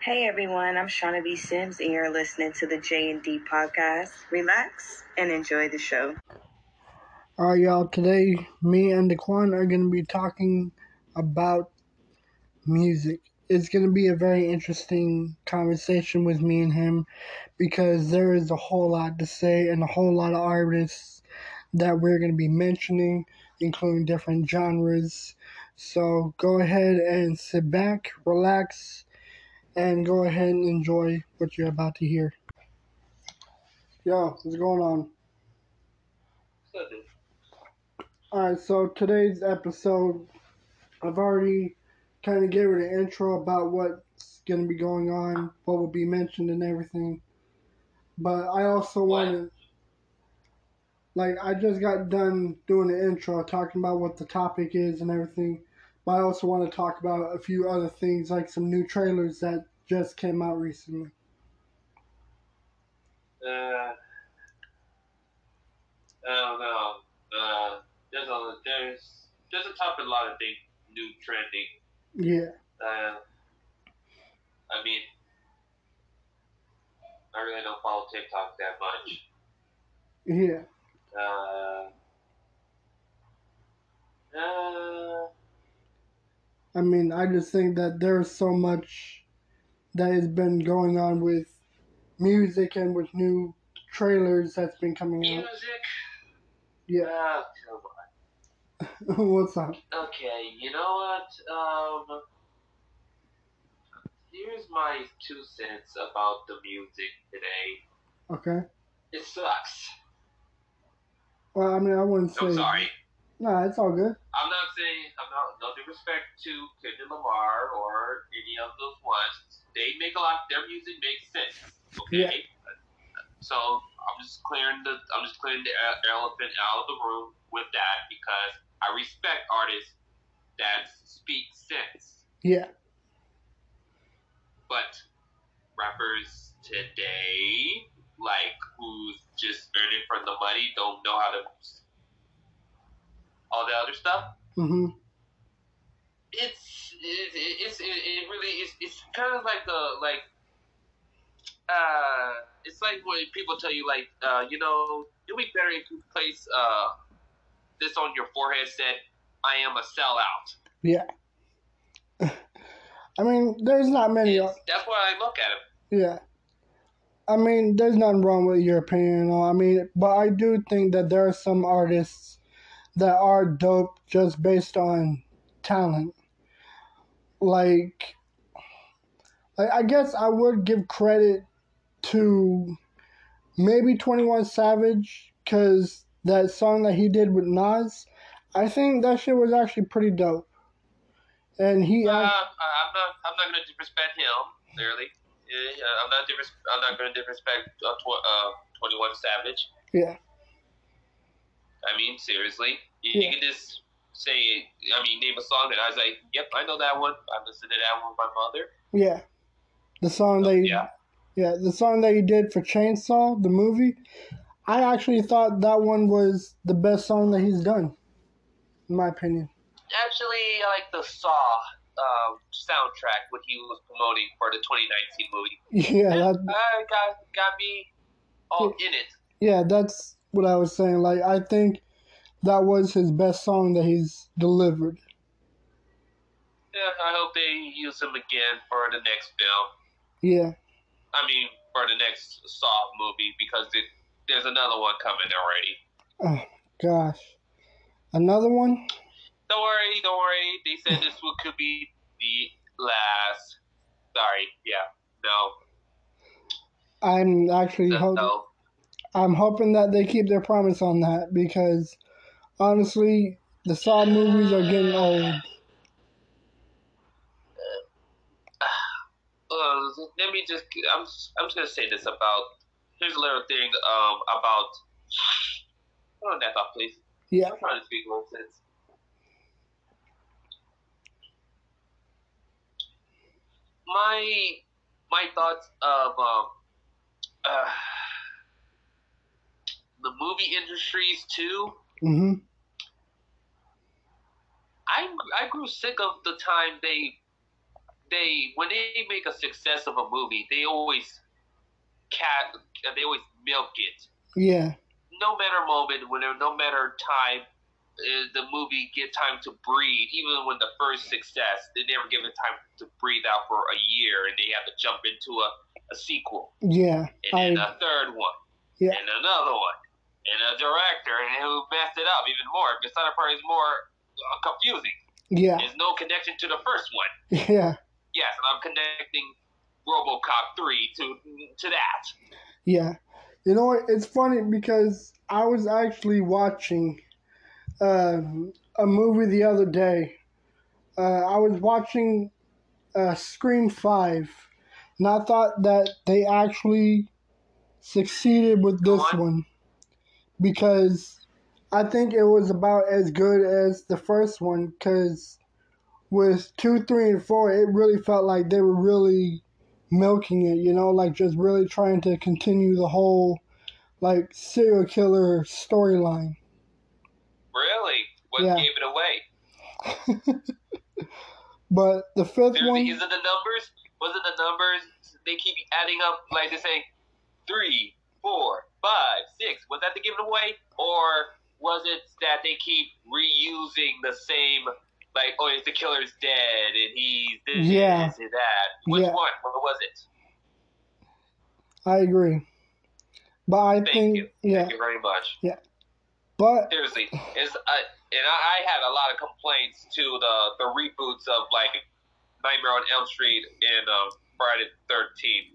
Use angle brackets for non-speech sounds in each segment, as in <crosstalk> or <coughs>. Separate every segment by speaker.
Speaker 1: Hey everyone, I'm Shauna B. Sims, and you're listening to the J and D podcast. Relax and enjoy the show.
Speaker 2: All right, y'all. Today, me and Daquan are going to be talking about music. It's going to be a very interesting conversation with me and him because there is a whole lot to say and a whole lot of artists that we're going to be mentioning, including different genres. So go ahead and sit back, relax, and go ahead and enjoy what you're about to hear. Yo, what's going on? All right, so today's episode I've already kind of gave her the intro about what's going to be going on, what will be mentioned, and everything. But I also want to, like, I just got done doing the intro, talking about what the topic is and everything. But I also want to talk about a few other things, like some new trailers that just came out recently.
Speaker 3: Uh, I don't know. Uh, there's a there's there's a top a lot of things new trending.
Speaker 2: Yeah.
Speaker 3: Uh, I mean, I really don't follow TikTok that much.
Speaker 2: Yeah.
Speaker 3: Uh, uh,
Speaker 2: I mean, I just think that there's so much that has been going on with music and with new trailers that's been coming out.
Speaker 3: music.
Speaker 2: Yeah. <laughs>
Speaker 3: Oh, come on.
Speaker 2: What's up?
Speaker 3: Uh, Okay, you know what? Um, here's my two cents about the music today.
Speaker 2: Okay.
Speaker 3: It sucks.
Speaker 2: Well, I mean, I wouldn't say.
Speaker 3: I'm sorry.
Speaker 2: Nah, it's all good.
Speaker 3: I'm not saying I'm not no disrespect to Kendrick Lamar or any of those ones. They make a lot. Their music makes sense. Okay. So I'm just clearing the I'm just clearing the e- elephant out of the room with that because I respect artists that speak sense,
Speaker 2: Yeah,
Speaker 3: but rappers today, like who's just earning from the money, don't know how to all the other stuff.
Speaker 2: hmm
Speaker 3: it's it, it- it's it, it really it's, it's kind of like a like uh it's like when people tell you like uh you know you'll be better if you place uh this on your forehead said I am a sellout.
Speaker 2: yeah. I mean, there's not many.
Speaker 3: It's- that's why I look at him.
Speaker 2: Yeah, I mean, there's nothing wrong with your opinion. and all. I mean, but I do think that there are some artists that are dope just based on talent. Like, like I guess I would give credit to maybe Twenty One Savage because that song that he did with Nas, I think that shit was actually pretty dope, and he.
Speaker 3: Uh,
Speaker 2: act-
Speaker 3: I- I'm not I'm not gonna disrespect him clearly. Yeah, yeah, I'm not dis- I'm not gonna disrespect uh, tw- uh, 21 Savage.
Speaker 2: yeah.
Speaker 3: I mean, seriously, you, you
Speaker 2: Yeah.
Speaker 3: can just say, I mean, name a song, and I was like, yep, I know that one. I listened to that one with my mother.
Speaker 2: Yeah. The song
Speaker 3: So,
Speaker 2: that you,
Speaker 3: yeah,
Speaker 2: yeah, the song that you did for Chainsaw, the movie. I actually thought that one was the best song that he's done, in my opinion. <laughs>
Speaker 3: actually, I like the Saw um, soundtrack when he was promoting for the 2019 movie.
Speaker 2: Yeah,
Speaker 3: Yeah,
Speaker 2: that,
Speaker 3: I got got me all in it.
Speaker 2: yeah, that's what I was saying. Like I think that was his best song that he's delivered.
Speaker 3: Yeah, I hope they use him again for the next film.
Speaker 2: Yeah.
Speaker 3: I mean, for the next Saw movie because it, there's another one coming
Speaker 2: Oh
Speaker 3: already.
Speaker 2: gosh. Another one?
Speaker 3: Don't worry, don't worry. They said this one could be the last. Sorry, yeah, no,
Speaker 2: I'm actually
Speaker 3: no.
Speaker 2: hoping I'm hoping that they keep their promise on that because honestly, the Saw movies are getting old.
Speaker 3: Uh, let me just. I'm. I'm just gonna say this about. Here's a little thing. Um, about. Hold on that thought, please.
Speaker 2: Yeah.
Speaker 3: I'm trying to speak nonsense. My my thoughts of um, uh, the movie industries too.
Speaker 2: Mhm.
Speaker 3: I I grew sick of the time they they when they make a success of a movie, they always cat they always milk it.
Speaker 2: Yeah.
Speaker 3: No matter moment, whenever, no matter time, uh, the movie get time to breathe. Even with the first success, they never give it time to breathe out for a year, and they have to jump into a, a sequel,
Speaker 2: Yeah.
Speaker 3: and
Speaker 2: I
Speaker 3: then a third one,
Speaker 2: Yeah.
Speaker 3: and another one, and a director, and who messed it up even more. Because Santa Party is more uh, confusing.
Speaker 2: yeah. <laughs>
Speaker 3: There's no connection to the first one.
Speaker 2: Yeah.
Speaker 3: Yes, and I'm connecting RoboCop three to to that.
Speaker 2: Yeah. You know what? It's funny because I was actually watching um, a movie the other day. Uh, I was watching uh, Scream 5, and I thought that they actually succeeded with this
Speaker 3: Go on.
Speaker 2: one because I think it was about as good as the first one because with 2, 3, and 4, it really felt like they were really milking it, you know, like just really trying to continue the whole like serial killer storyline.
Speaker 3: Really, what
Speaker 2: Yeah.
Speaker 3: gave it away?
Speaker 2: But the fifth
Speaker 3: There's the,
Speaker 2: one,
Speaker 3: is it the numbers? Was it the numbers? They keep adding up, like they say, three, four, five, six. Was that to give it away, or was it that they keep reusing the same? Like, oh, it's the killer's dead, and he's this,
Speaker 2: Yeah.
Speaker 3: this, and that. Which
Speaker 2: Yeah.
Speaker 3: one? What was it?
Speaker 2: I agree. But I
Speaker 3: Thank
Speaker 2: think
Speaker 3: you.
Speaker 2: yeah,
Speaker 3: Thank you very much.
Speaker 2: but
Speaker 3: seriously, it's uh, and I, I had a lot of complaints to the the reboots of like Nightmare on Elm Street and uh, Friday the Thirteenth.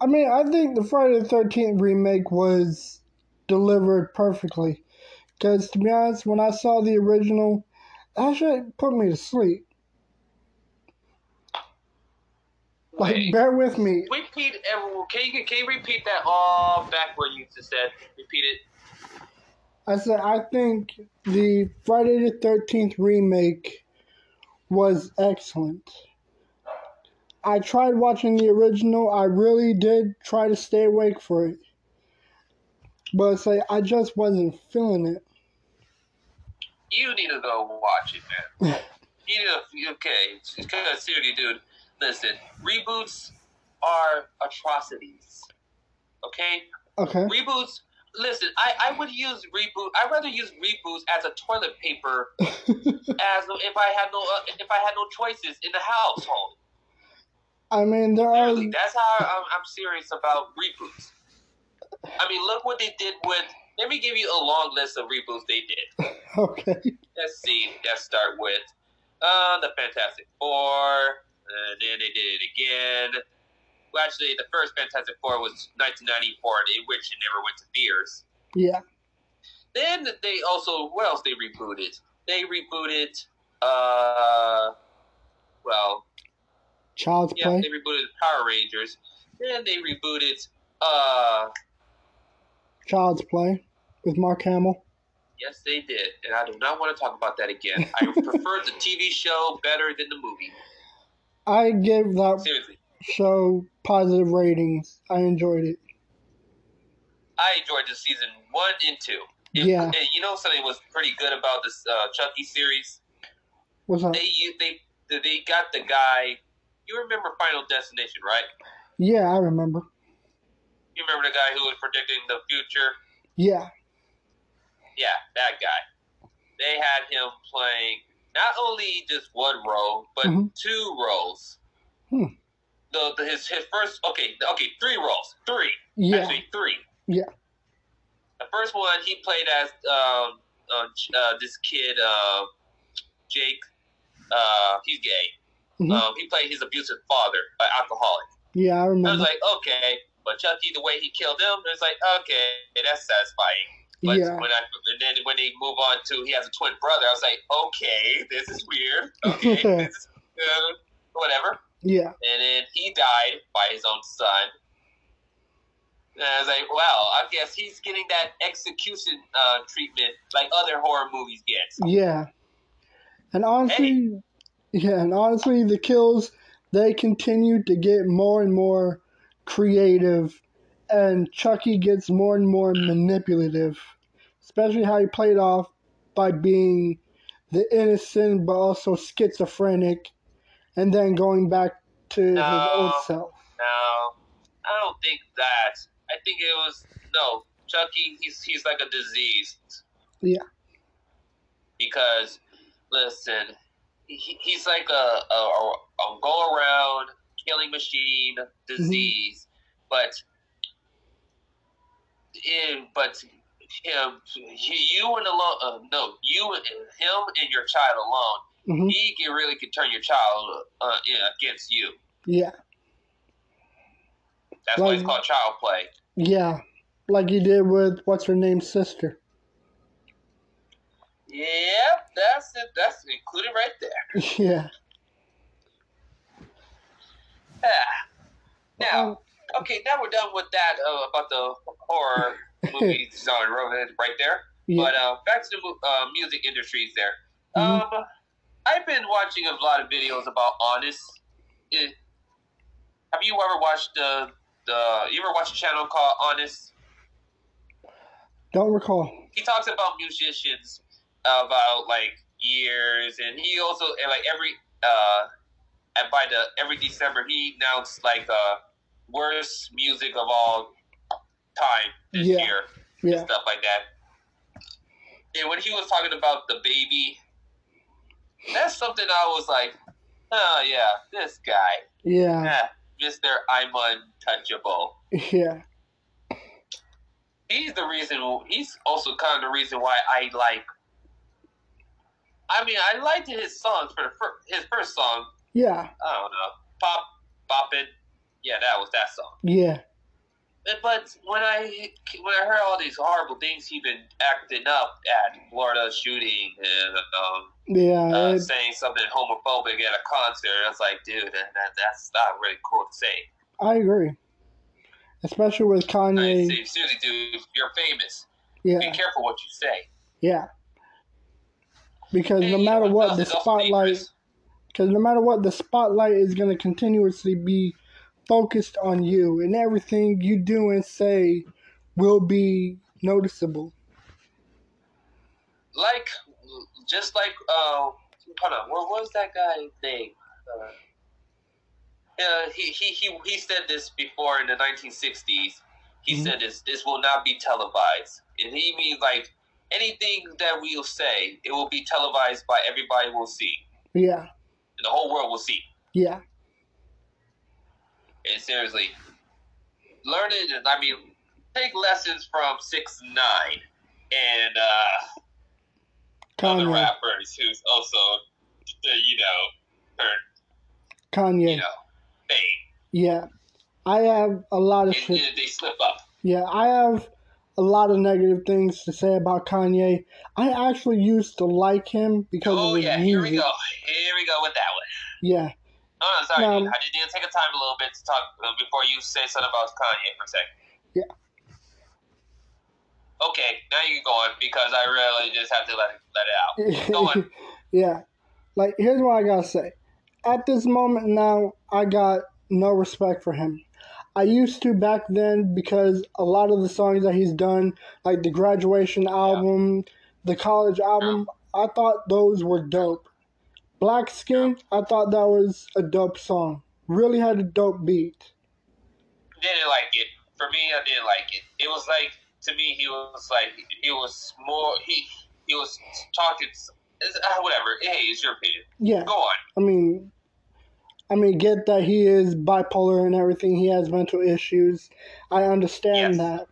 Speaker 2: I mean, I think the Friday the 13th remake was delivered perfectly. Cuz to be honest, when I saw the original, that shit put me to sleep. Like
Speaker 3: Wait,
Speaker 2: bear with me.
Speaker 3: repeat. everyone- Can you can you repeat that all back where you just said? Repeat it.
Speaker 2: I said I think the Friday the 13th remake was excellent. I tried watching the original. I really did try to stay awake for it. But it's like I just wasn't feeling it.
Speaker 3: You need to go watch it, man. you need to okay. Because seriously, dude, listen. Reboots are atrocities. Okay,
Speaker 2: Okay.
Speaker 3: Reboots. Listen, I, I would use reboot. I'd rather use reboots as a toilet paper, as if I had no uh, if I had no choices in the household.
Speaker 2: I mean, there are
Speaker 3: Really, that's how I'm, I'm serious about reboots. I mean, look what they did with. Let me give you a long list of reboots they did.
Speaker 2: <laughs> okay.
Speaker 3: Let's see. Let's start with uh, the Fantastic Four, and then they did it again. Well, actually, the first Fantastic Four was 1994, in which it never went to theaters.
Speaker 2: Yeah.
Speaker 3: Then they also what else they rebooted? They rebooted uh well
Speaker 2: Child's
Speaker 3: yeah,
Speaker 2: play.
Speaker 3: they rebooted Power Rangers. Then they rebooted uh
Speaker 2: Child's play with Mark Hamill.
Speaker 3: yes they did. And I do not want to talk about that again. I prefer the TV show better than the movie.
Speaker 2: I give that
Speaker 3: Seriously.
Speaker 2: show positive ratings. I enjoyed it.
Speaker 3: I enjoyed the season one and two. And-
Speaker 2: Yeah.
Speaker 3: And you know something was pretty good about this uh, Chucky series?
Speaker 2: What's up?
Speaker 3: They u- they they got the guy. You remember Final Destination, right?
Speaker 2: Yeah, I remember.
Speaker 3: You remember the guy who was predicting the future?
Speaker 2: Yeah.
Speaker 3: Yeah, that guy. They had him playing not only just one role, but
Speaker 2: Mhm.
Speaker 3: two roles.
Speaker 2: Hmm.
Speaker 3: The, the his his first okay okay three roles three
Speaker 2: Yeah.
Speaker 3: actually three
Speaker 2: Yeah.
Speaker 3: The first one he played as um uh, J- uh this kid uh Jake uh he's gay
Speaker 2: Mhm.
Speaker 3: um he played his abusive father an alcoholic.
Speaker 2: Yeah, I
Speaker 3: I was
Speaker 2: remember.
Speaker 3: like, okay. But Chucky, the way he killed him, it was like, okay, that's satisfying. But
Speaker 2: Yeah.
Speaker 3: when I and then when they move on to he has a twin brother, I was like, okay, this is weird. Okay, this is uh, whatever.
Speaker 2: Yeah.
Speaker 3: And then he died by his own son. And I was like, well, I guess he's getting that execution uh, treatment like other horror movies get.
Speaker 2: Yeah. And honestly, yeah, and honestly, the kills, they continue to get more and more creative, and Chucky gets more and more manipulative, especially how he played off by being the innocent but also schizophrenic and then going back to his old
Speaker 3: No.
Speaker 2: self.
Speaker 3: No, I don't think that. I think it was no Chucky. He's he's like a disease.
Speaker 2: Yeah.
Speaker 3: Because, listen, he, he's like a a, a go around killing machine disease, but in but him he, you and alone uh, no you and him and your child alone
Speaker 2: hmm
Speaker 3: he can really can turn your child uh, yeah, against you.
Speaker 2: Yeah,
Speaker 3: That's why it's
Speaker 2: Like-
Speaker 3: called child play.
Speaker 2: yeah, like he did with what's her name's sister. <laughs>
Speaker 3: Yeah, that's it. That's included right there.
Speaker 2: yeah.
Speaker 3: Ah.
Speaker 2: Um,
Speaker 3: Now, okay, now we're done with that uh, about the horror
Speaker 2: <laughs>
Speaker 3: movie genre Roman right there.
Speaker 2: yeah.
Speaker 3: But uh, back to the mu- uh, music industries there.
Speaker 2: Mhm.
Speaker 3: Um, I've been watching a lot of videos about honest. eh, have you ever watched the the? You ever watched a channel called Honest?
Speaker 2: Don't recall.
Speaker 3: he talks about musicians about like years and he also and like every uh and by the every december he announced like uh worst music of all time this
Speaker 2: Yeah.
Speaker 3: year
Speaker 2: Yeah.
Speaker 3: and stuff like that and when he was talking about the baby that's something i was like oh yeah this guy
Speaker 2: Yeah.
Speaker 3: yeah, mr i'm untouchable
Speaker 2: <laughs> Yeah.
Speaker 3: he's the reason. He's also kind of the reason why I like. I mean, I liked his songs for the fir- his first song.
Speaker 2: Yeah.
Speaker 3: I don't know, pop, boppin'. Yeah, that was that song.
Speaker 2: Yeah.
Speaker 3: But- But when I when I heard all these horrible things he been acting up at Florida shooting and um,
Speaker 2: Yeah.
Speaker 3: uh,
Speaker 2: it-
Speaker 3: saying something homophobic at a concert, I was like, dude, that, that, that's not really cool to say.
Speaker 2: I agree. Especially with
Speaker 3: I
Speaker 2: Kanye.
Speaker 3: said, seriously, dude, you're famous. Be
Speaker 2: Yeah.
Speaker 3: careful what you say.
Speaker 2: Yeah. Because no
Speaker 3: Hey,
Speaker 2: matter
Speaker 3: you
Speaker 2: what, the
Speaker 3: adult
Speaker 2: spotlight.
Speaker 3: papers.
Speaker 2: Because no matter what, the spotlight is going to continuously be focused on you, and everything you do and say will be noticeable.
Speaker 3: like just like uh hold on what was that guy's name uh, yeah, he, he he he said this before in the 1960s he
Speaker 2: Mhm.
Speaker 3: said this this will not be televised and he means like anything that we'll say it will be televised by everybody will see
Speaker 2: Yeah.
Speaker 3: and the whole world will see
Speaker 2: Yeah.
Speaker 3: and seriously learn it and i mean take lessons from six nine and uh other
Speaker 2: Kanye.
Speaker 3: rappers who's also, uh, you know, or, you
Speaker 2: Kanye.
Speaker 3: know, fame.
Speaker 2: Yeah. I have a lot of
Speaker 3: And,
Speaker 2: shit.
Speaker 3: and they slip up.
Speaker 2: Yeah, I have a lot of negative things to say about Kanye. I actually used to like him because
Speaker 3: Oh
Speaker 2: of his
Speaker 3: yeah, here
Speaker 2: music.
Speaker 3: we go. Here we go with that one.
Speaker 2: Yeah,
Speaker 3: Oh, no, sorry,
Speaker 2: Um,
Speaker 3: dude. I just need to take a time a little bit to talk uh, before you say something about Kanye for a second.
Speaker 2: Yeah.
Speaker 3: Okay, now you can go on because I really just have to let it let it out. Go on.
Speaker 2: <laughs> yeah. Like, here's what I gotta say. At this moment now, I got no respect for him. I used to back then because a lot of the songs that he's done, like the graduation album, the college album, I thought those were dope. Black Skin, I thought that was a dope song. Really had a dope beat.
Speaker 3: Didn't like it. For me, I didn't like it. It was like to me, he was like he was more he he was talking. s- it's- Uh, whatever. Hey, it's your opinion.
Speaker 2: Yeah,
Speaker 3: Go on.
Speaker 2: I mean, I mean, get that he is bipolar and everything. He has mental issues. I understand
Speaker 3: Yes.
Speaker 2: that,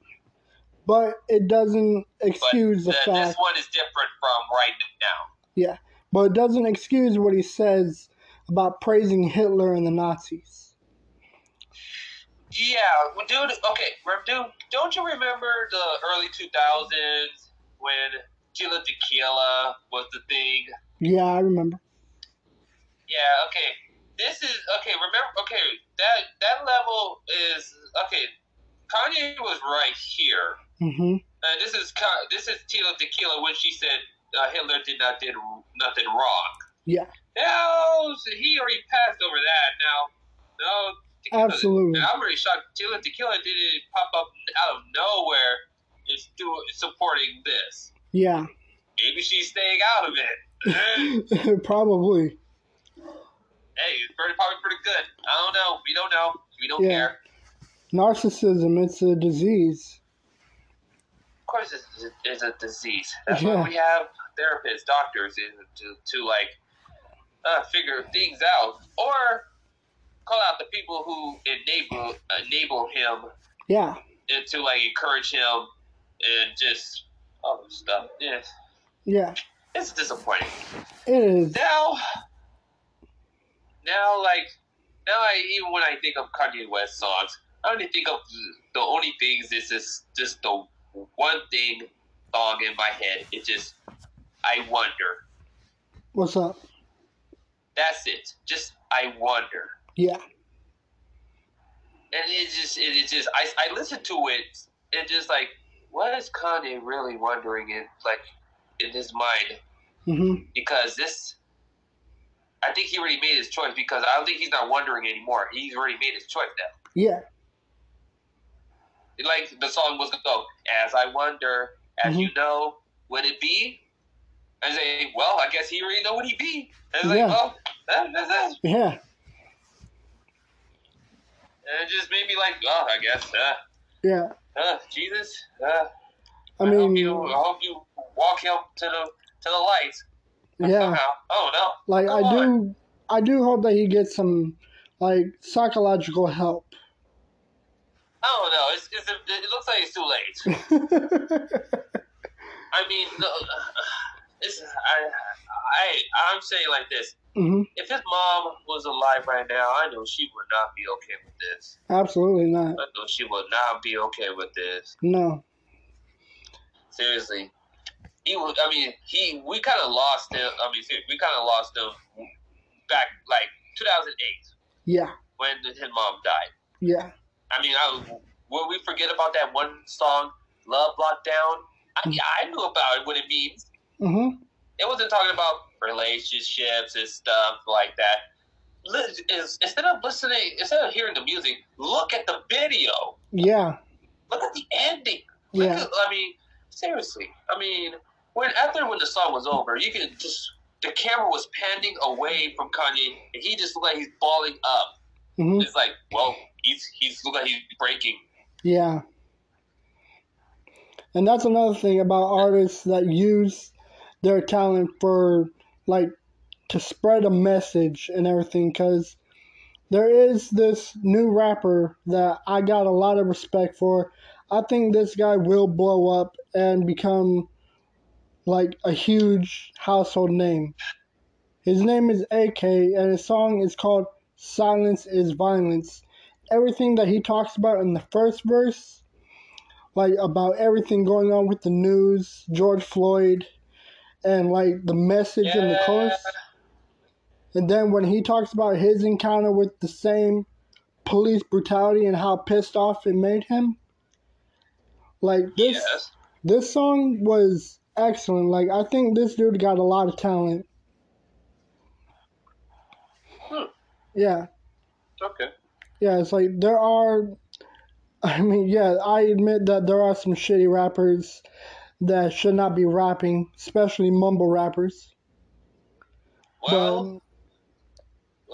Speaker 2: but it doesn't excuse
Speaker 3: Th-
Speaker 2: the fact.
Speaker 3: Uh, this one is different from right now.
Speaker 2: But it doesn't excuse what he says about praising Hitler and the Nazis.
Speaker 3: Yeah, well, dude. Okay, rem- dude. Don't you remember the early two thousands when Gila Tequila was the thing?
Speaker 2: Yeah, I remember.
Speaker 3: Yeah. Okay. This is okay. Remember? Okay. That that level is okay. Kanye was right here.
Speaker 2: hmm
Speaker 3: Uh, this is Ka- this is Tila Tequila when she said uh, Hitler did not did nothing wrong.
Speaker 2: Yeah.
Speaker 3: Now he already passed over that. Now, no. Tequila-
Speaker 2: Absolutely.
Speaker 3: And I'm really shocked. Tila Tequila didn't pop up out of nowhere. Is do- supporting this.
Speaker 2: Yeah, <laughs>
Speaker 3: Maybe she's staying out of it.
Speaker 2: probably.
Speaker 3: <laughs> hey, it's very probably pretty good. I don't know. We don't know. We don't
Speaker 2: Yeah.
Speaker 3: care.
Speaker 2: Narcissism, it's a disease.
Speaker 3: Of course, it's, it's a disease. That's
Speaker 2: Yeah.
Speaker 3: why we have therapists, doctors, in, to to like uh, figure things out or call out the people who enable enable him
Speaker 2: Yeah.
Speaker 3: and to like encourage him and just all this stuff. Yeah,
Speaker 2: Yeah.
Speaker 3: it's disappointing.
Speaker 2: It is.
Speaker 3: now, now, like, now, I even when I think of Kanye West songs, I only think of the only things is just just the one thing song in my head. It just, I wonder.
Speaker 2: What's up?
Speaker 3: That's it. Just I wonder,
Speaker 2: Yeah.
Speaker 3: and it just, it, it just, I, I listen to it and just like, what is Kanye really wondering in like in his mind?
Speaker 2: Mm-hmm.
Speaker 3: because this I think he already made his choice because I don't think he's not wondering anymore. He's already made his choice now.
Speaker 2: Yeah.
Speaker 3: Like the song was go, as I wonder, as
Speaker 2: Mm-hmm.
Speaker 3: you know, would it be? And say, well, I guess he already know what he be. And it's
Speaker 2: Yeah.
Speaker 3: like, "Oh, uh, well, that, that's it.
Speaker 2: Yeah.
Speaker 3: And it just made me like, oh, I guess, uh,
Speaker 2: Yeah.
Speaker 3: uh, Jesus, uh,
Speaker 2: I
Speaker 3: I, hope
Speaker 2: mean,
Speaker 3: you, I hope you walk him to the to the light. <laughs>
Speaker 2: yeah.
Speaker 3: Somehow. Oh no.
Speaker 2: Like
Speaker 3: Come
Speaker 2: I
Speaker 3: on.
Speaker 2: do, I do hope that he gets some like psychological help. <laughs>
Speaker 3: Oh no. It's, it's, it looks like it's too late.
Speaker 2: Mm-hmm,
Speaker 3: I mean, the, <sighs> it's, I, I, I'm saying like this.
Speaker 2: hmm
Speaker 3: If his mom was alive right now, I know she would not be okay with this.
Speaker 2: Absolutely not.
Speaker 3: I know she would not be okay with this.
Speaker 2: No.
Speaker 3: Seriously, he was. I mean, he. We kind of lost him. I mean, seriously, we kind of lost him back like 2008
Speaker 2: Yeah.
Speaker 3: when his mom died.
Speaker 2: Yeah.
Speaker 3: I mean, I, will we forget about that one song, "Love Lockdown"? I mean, I knew about it when it means
Speaker 2: hmm
Speaker 3: it wasn't talking about relationships and stuff like that. Lis- is- Instead of listening, instead of hearing the music, look at the video.
Speaker 2: Yeah.
Speaker 3: Look at the ending. Look
Speaker 2: Yeah.
Speaker 3: at- I mean, seriously. I mean, when after when the song was over, you can just the camera was panning away from Kanye, and he just looked like he's balling up.
Speaker 2: hmm
Speaker 3: It's like, well, he's he's look like he's breaking.
Speaker 2: Yeah. And that's another thing about artists that use their talent for, like, to spread a message and everything. Because there is this new rapper that I got a lot of respect for. I think this guy will blow up and become, like, a huge household name. His name is AK, and his song is called Silence is Violence everything that he talks about in the first verse, like about everything going on with the news, George Floyd, and like the message and the chorus. And then when he talks about his encounter with the same police brutality and how pissed off it made him, like this
Speaker 3: Yes.
Speaker 2: this song was excellent. Like I think this dude got a lot of talent.
Speaker 3: Hmm.
Speaker 2: Yeah.
Speaker 3: Okay.
Speaker 2: Yeah, it's like there are. <laughs> I mean, yeah, I admit that there are some shitty rappers that should not be rapping, especially mumble rappers.
Speaker 3: Well.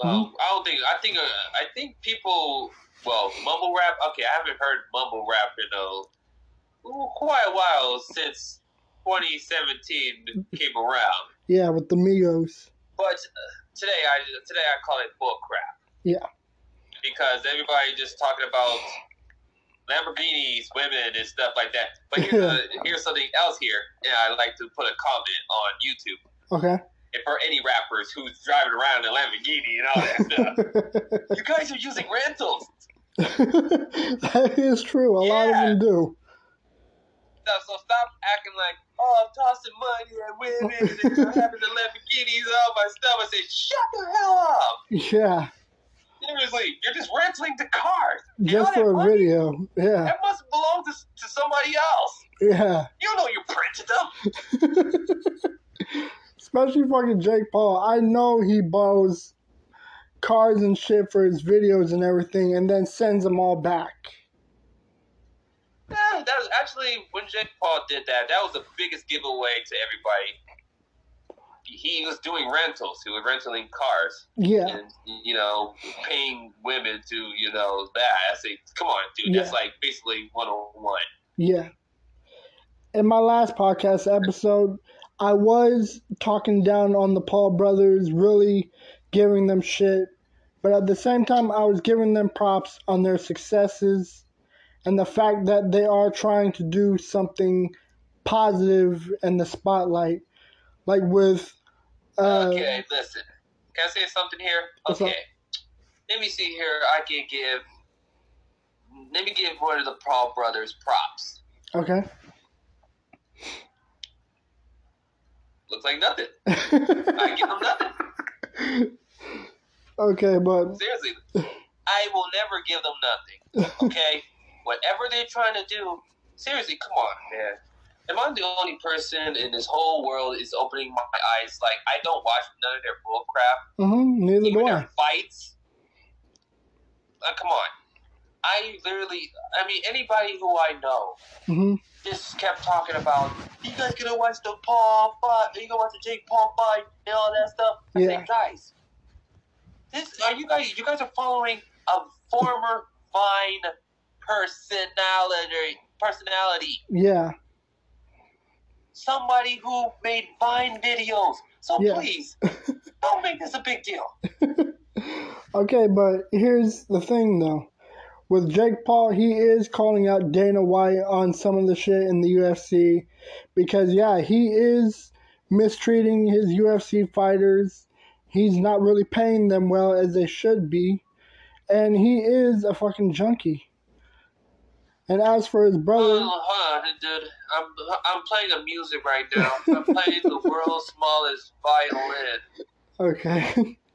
Speaker 2: but um,
Speaker 3: Well, I don't think. I think. Uh, I think people. Well, mumble rap. Okay, I haven't heard mumble rap in a ooh, quite a while since 2017 came around.
Speaker 2: yeah, with the Migos.
Speaker 3: But uh, today, I today I call it bull crap.
Speaker 2: Yeah.
Speaker 3: Because everybody just talking about Lamborghinis, women, and stuff like that. But here's, a, here's something else here, and I like to put a comment on YouTube.
Speaker 2: Okay.
Speaker 3: And for any rappers who's driving around in Lamborghini and all that stuff, you guys are using rentals.
Speaker 2: <laughs> that is true. A lot of
Speaker 3: Yeah.
Speaker 2: them do.
Speaker 3: stuff. So stop acting like, oh, I'm tossing money at women and I'm having the Lamborghinis and all my stuff. I say, shut the hell up.
Speaker 2: Yeah,
Speaker 3: Seriously, you're just renting the cars. And all
Speaker 2: just
Speaker 3: that
Speaker 2: for a
Speaker 3: money,
Speaker 2: video. Yeah,
Speaker 3: That must belong to, to somebody else.
Speaker 2: yeah.
Speaker 3: You know you printed them.
Speaker 2: Especially fucking Jake Paul. I know he borrows cars and shit for his videos and everything, and then sends them all back.
Speaker 3: Nah, that was actually when Jake Paul did that. That was the biggest giveaway to everybody. He he was doing rentals. He was renting cars.
Speaker 2: Yeah.
Speaker 3: And you know, paying women to you know that. I say, come on, dude. That's like basically one on one.
Speaker 2: Yeah. In my last podcast episode, I was talking down on the Paul brothers, really giving them shit. But at the same time, I was giving them props on their successes and the fact that they are trying to do something positive in the spotlight. Like with. Uh,
Speaker 3: okay, listen. Can I say something here?
Speaker 2: What's
Speaker 3: Okay.
Speaker 2: up?
Speaker 3: Let me see here. I can give. Let me give one of the Paul brothers props.
Speaker 2: Okay. <laughs>
Speaker 3: Looks like nothing. I give him nothing.
Speaker 2: okay, but.
Speaker 3: Seriously, I will never give them nothing. Okay, whatever they're trying to do. Seriously, come on, man. Am I the only person in this whole world is opening my eyes? Like I don't watch none of their bull crap,
Speaker 2: hmm neither
Speaker 3: even
Speaker 2: do I.
Speaker 3: their fights. Uh, come on, I literally. I mean, anybody who I know
Speaker 2: hmm
Speaker 3: just kept talking about you guys gonna watch the Paul fight, you gonna watch the Jake Paul fight and all that stuff. I
Speaker 2: Yeah.
Speaker 3: said, guys, this are you guys? You guys are following a former fine personality, personality,
Speaker 2: Yeah.
Speaker 3: somebody who made fine videos. So
Speaker 2: Yeah. <laughs>
Speaker 3: please, don't make this a big deal.
Speaker 2: Okay, but here's the thing though. With Jake Paul, he is calling out Dana White on some of the shit in the UFC because, yeah, he is mistreating his UFC fighters. He's not really paying them well as they should be. And he is a fucking junkie. And as for his
Speaker 3: Hold
Speaker 2: brother,
Speaker 3: on, Oh, hold on, dude. I'm I'm playing the music right now. I'm playing the world's smallest violin.
Speaker 2: okay. <laughs>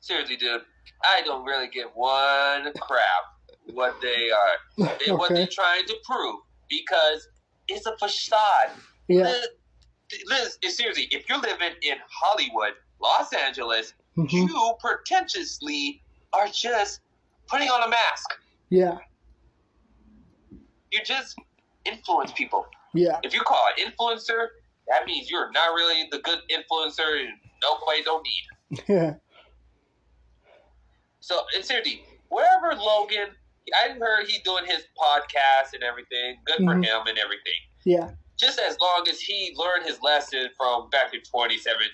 Speaker 3: Seriously, dude, I don't really give one crap what they are,
Speaker 2: <laughs>
Speaker 3: they, what
Speaker 2: okay.
Speaker 3: they're trying to prove because it's a facade.
Speaker 2: Yeah.
Speaker 3: Liz, Liz, seriously, if you're living in Hollywood, Los Angeles,
Speaker 2: hmm
Speaker 3: you pretentiously are just putting on a mask.
Speaker 2: <laughs> Yeah.
Speaker 3: You just influence people.
Speaker 2: Yeah. <laughs>
Speaker 3: If you call an influencer, that means you're not really the good influencer and nobody don't need.
Speaker 2: Yeah.
Speaker 3: So, and seriously, wherever Logan, I heard he doing his podcast and everything. Good for
Speaker 2: Mhm.
Speaker 3: him and everything.
Speaker 2: Yeah.
Speaker 3: Just as long as he learned his lesson from back in 2017.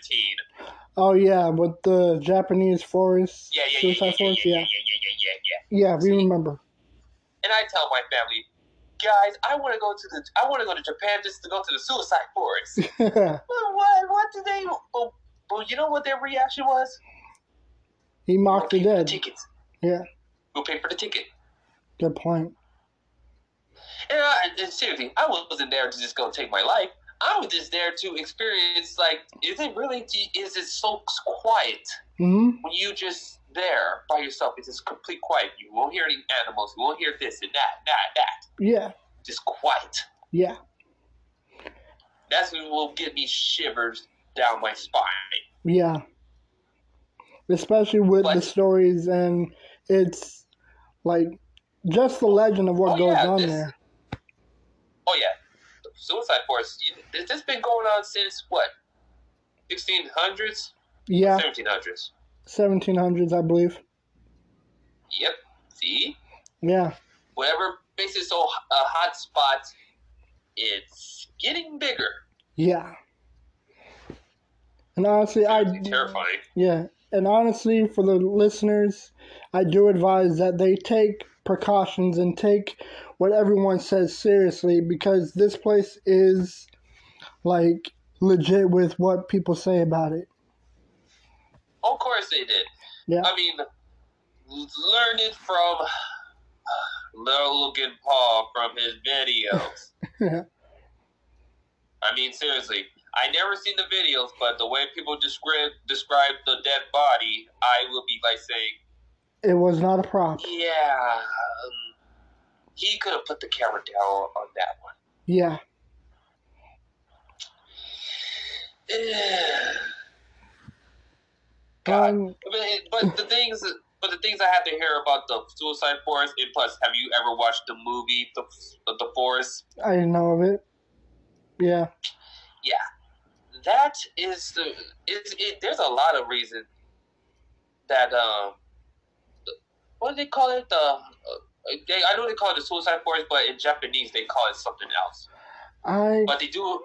Speaker 2: Oh, yeah. With the Japanese forest,
Speaker 3: Yeah, yeah, yeah, yeah, yeah,
Speaker 2: suicide
Speaker 3: yeah, yeah,
Speaker 2: forest.
Speaker 3: yeah, yeah,
Speaker 2: Yeah.
Speaker 3: yeah, yeah, yeah.
Speaker 2: Yeah, we
Speaker 3: See?
Speaker 2: remember.
Speaker 3: And I tell my family, guys, I want to go to the, I want to go to Japan just to go to the suicide forest.
Speaker 2: <laughs>
Speaker 3: well, what, what did they? Well, well, you know what their reaction was?
Speaker 2: he mocked
Speaker 3: Who
Speaker 2: the
Speaker 3: paid for the
Speaker 2: dead.
Speaker 3: tickets?
Speaker 2: Yeah,
Speaker 3: Who paid for the ticket?
Speaker 2: good point.
Speaker 3: And, I, and seriously, I wasn't there to just go take my life. I was just there to experience. Like, is it really? Is it so quiet
Speaker 2: hmm
Speaker 3: when you just there by yourself? It's just complete quiet. You won't hear any animals. You won't hear this and that, that, that.
Speaker 2: Yeah,
Speaker 3: Just quiet.
Speaker 2: yeah,
Speaker 3: That's what will get me shivers down my spine.
Speaker 2: yeah. Especially with the
Speaker 3: What?
Speaker 2: stories and it's like just the legend of what
Speaker 3: Oh,
Speaker 2: goes
Speaker 3: yeah,
Speaker 2: on
Speaker 3: this-
Speaker 2: there.
Speaker 3: Oh yeah, suicide force. you- This has been going on since what? 1600s,
Speaker 2: Yeah,
Speaker 3: 1700s.
Speaker 2: seventeen hundreds, I believe.
Speaker 3: Yep. See.
Speaker 2: Yeah,
Speaker 3: whatever makes it so h- a hot spot, it's getting bigger.
Speaker 2: yeah. And honestly, I
Speaker 3: Seriously terrifying.
Speaker 2: Yeah, and honestly, for the listeners, I do advise that they take precautions and take what everyone says seriously because this place is like legit with what people say about it.
Speaker 3: Of course they did.
Speaker 2: Yeah.
Speaker 3: I mean, learn it from Logan Paul from his videos.
Speaker 2: <laughs> Yeah.
Speaker 3: I mean, seriously, I never seen the videos, but the way people describe describe the dead body, I will be like saying,
Speaker 2: It was not a prop.
Speaker 3: yeah, um, he could have put the camera down on that one. <sighs>
Speaker 2: Yeah,
Speaker 3: God.
Speaker 2: um,
Speaker 3: But, it- but the things, but the things I had to hear about the Suicide Forest. And plus, have you ever watched the movie The The Forest?
Speaker 2: I didn't know of it. Yeah,
Speaker 3: Yeah, that is the it's it, there's a lot of reasons that um what do they call it the uh, they, I know they call it the suicide forest, but in Japanese they call it something else.
Speaker 2: I
Speaker 3: But they do um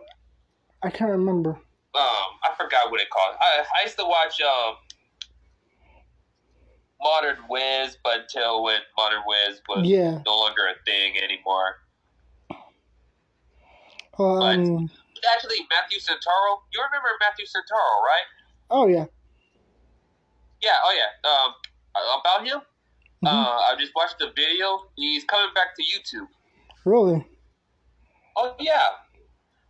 Speaker 2: I can't remember.
Speaker 3: I forgot what it called. I I used to watch um Modern Wiz, but until when Modern Wiz was
Speaker 2: Yeah.
Speaker 3: no longer a thing anymore.
Speaker 2: Um.
Speaker 3: Actually, Matthew Centauro. You remember Matthew Centauro, right?
Speaker 2: Oh yeah.
Speaker 3: Yeah, oh yeah. Um, about him,
Speaker 2: Mhm.
Speaker 3: uh, I just watched the video. He's coming back to YouTube.
Speaker 2: Really?
Speaker 3: Oh yeah,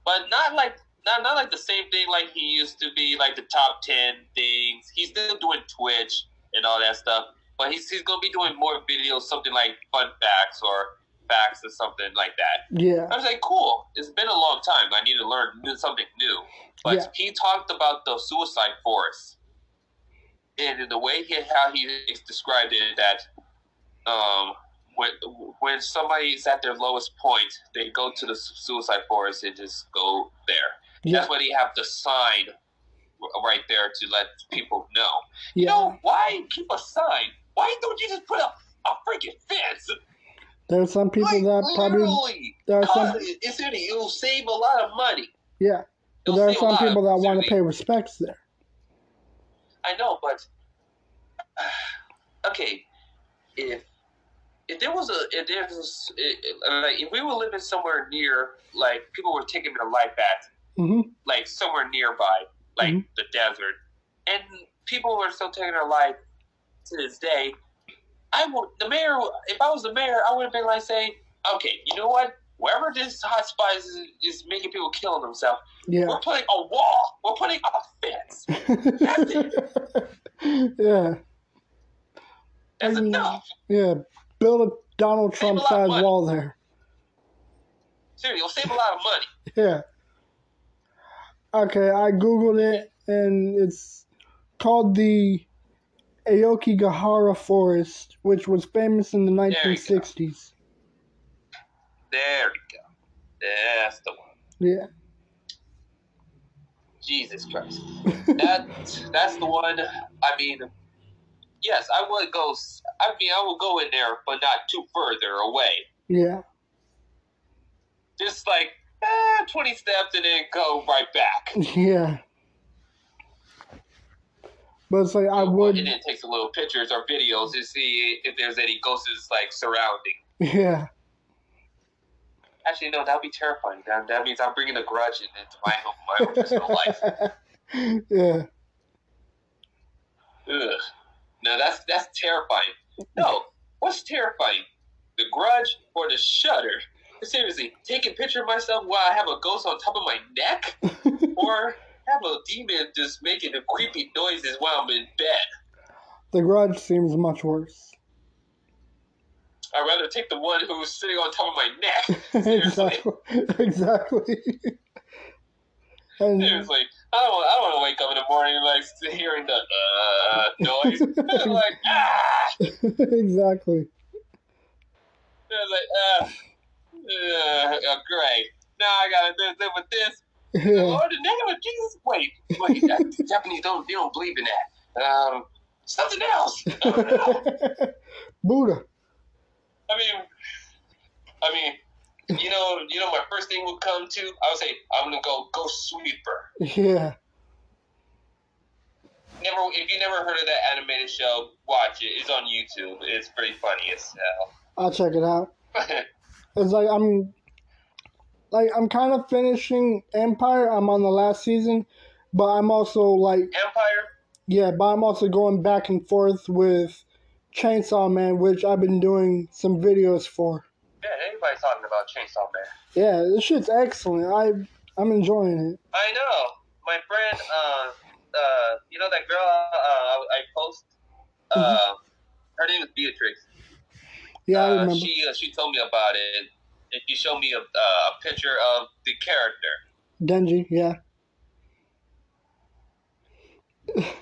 Speaker 3: but not like not not like the same thing like he used to be like the top ten things. He's still doing Twitch and all that stuff, but he's he's gonna be doing more videos, something like fun facts or facts or something like that.
Speaker 2: Yeah.
Speaker 3: I was like, cool. It's been a long time. I need to learn new- something new. But
Speaker 2: Yeah.
Speaker 3: he talked about the suicide forest, and in the way he how he is described it, that um, when when somebody is at their lowest point, they go to the su- suicide forest and just go there.
Speaker 2: Yeah.
Speaker 3: That's why they have the sign r- right there to let people know. You
Speaker 2: Yeah.
Speaker 3: know why keep a sign? Why don't you just put up a freaking fence?
Speaker 2: There are some people
Speaker 3: Like,
Speaker 2: that probably.
Speaker 3: literally,
Speaker 2: there are
Speaker 3: cut
Speaker 2: some-
Speaker 3: it. It's gonna you'll save a lot of money.
Speaker 2: Yeah. But
Speaker 3: You'll
Speaker 2: there are
Speaker 3: save a
Speaker 2: some
Speaker 3: lot of-
Speaker 2: people that want to
Speaker 3: seriously.
Speaker 2: pay respects there.
Speaker 3: I know, but <sighs> okay, if if there was a if there's was eh, like if we were living somewhere near like people were taking their life at
Speaker 2: hmm
Speaker 3: like somewhere nearby like
Speaker 2: Mhm.
Speaker 3: the desert, and people were still taking their life to this day. I would the mayor if I was the mayor I would have been like saying okay you know what wherever this hot spot is, is making people killing themselves
Speaker 2: Yeah.
Speaker 3: we're putting a wall we're putting a fence
Speaker 2: <laughs> yeah.
Speaker 3: that's
Speaker 2: I mean,
Speaker 3: enough
Speaker 2: Yeah. Build a Donald Trump
Speaker 3: Save a lot of
Speaker 2: sized
Speaker 3: money.
Speaker 2: wall there.
Speaker 3: seriously you'll save a lot of money.
Speaker 2: Yeah. Okay, I googled it and it's called the Aokigahara Forest, which was famous in the
Speaker 3: you go.
Speaker 2: 1960s.
Speaker 3: There we go. That's the one.
Speaker 2: Yeah. <laughs>
Speaker 3: Jesus Christ. That that's the one. I mean, yes, I would go. s- I mean, I would go in there, but not too further away.
Speaker 2: Yeah.
Speaker 3: Just like eh, twenty steps, and then go right back.
Speaker 2: Yeah. But it's like I would
Speaker 3: And then take some little pictures or videos to see if there's any ghosts like surrounding.
Speaker 2: <laughs> Yeah.
Speaker 3: Actually, no, that'd be terrifying. That, that means I'm bringing a grudge in- into my own, my own personal life.
Speaker 2: <laughs> yeah. <laughs>
Speaker 3: Ugh. No, that's that's terrifying. No, what's terrifying? The grudge or the shudder? Seriously, taking a picture of myself while I have a ghost on top of my neck, or have a demon just making the creepy noises while I'm in bed.
Speaker 2: The grudge seems much worse.
Speaker 3: I'd rather take the one who's sitting on top of my
Speaker 2: <laughs>
Speaker 3: neck. Seriously,
Speaker 2: exactly. Exactly. and
Speaker 3: seriously, I don't want, I don't want to wake up in the morning like hearing the uh, noise. <laughs> like ah,
Speaker 2: <laughs> exactly.
Speaker 3: like uh, uh, great. Now I gotta live, live with this.
Speaker 2: Yeah. <laughs>
Speaker 3: Lord, in Oh, the name of Jesus, wait, wait, that- <laughs> Japanese don't they don't believe in that. Um, something else. <laughs> I don't know.
Speaker 2: Buddha.
Speaker 3: I mean, I mean, you know, you know, my first thing would come to. I would say I'm gonna go go sweeper.
Speaker 2: Yeah.
Speaker 3: Never, if you never heard of that animated show, watch it. It's on YouTube. It's pretty funny as
Speaker 2: I'll check it out.
Speaker 3: hell.
Speaker 2: It's like I'm like I'm kind of finishing Empire. I'm on the last season, but I'm also like
Speaker 3: <laughs> Empire.
Speaker 2: yeah, but I'm also going back and forth with Chainsaw Man, which I've been doing some videos for.
Speaker 3: Yeah, anybody's talking about Chainsaw Man.
Speaker 2: Yeah, this shit's excellent. I I'm enjoying it.
Speaker 3: I know. My friend, uh, uh, you know that girl uh, I post. Uh, Her name is Beatrix.
Speaker 2: Yeah, I
Speaker 3: uh,
Speaker 2: remember.
Speaker 3: She uh, she told me about it, and she showed me a, uh, a picture of the character.
Speaker 2: Denji, yeah. <laughs>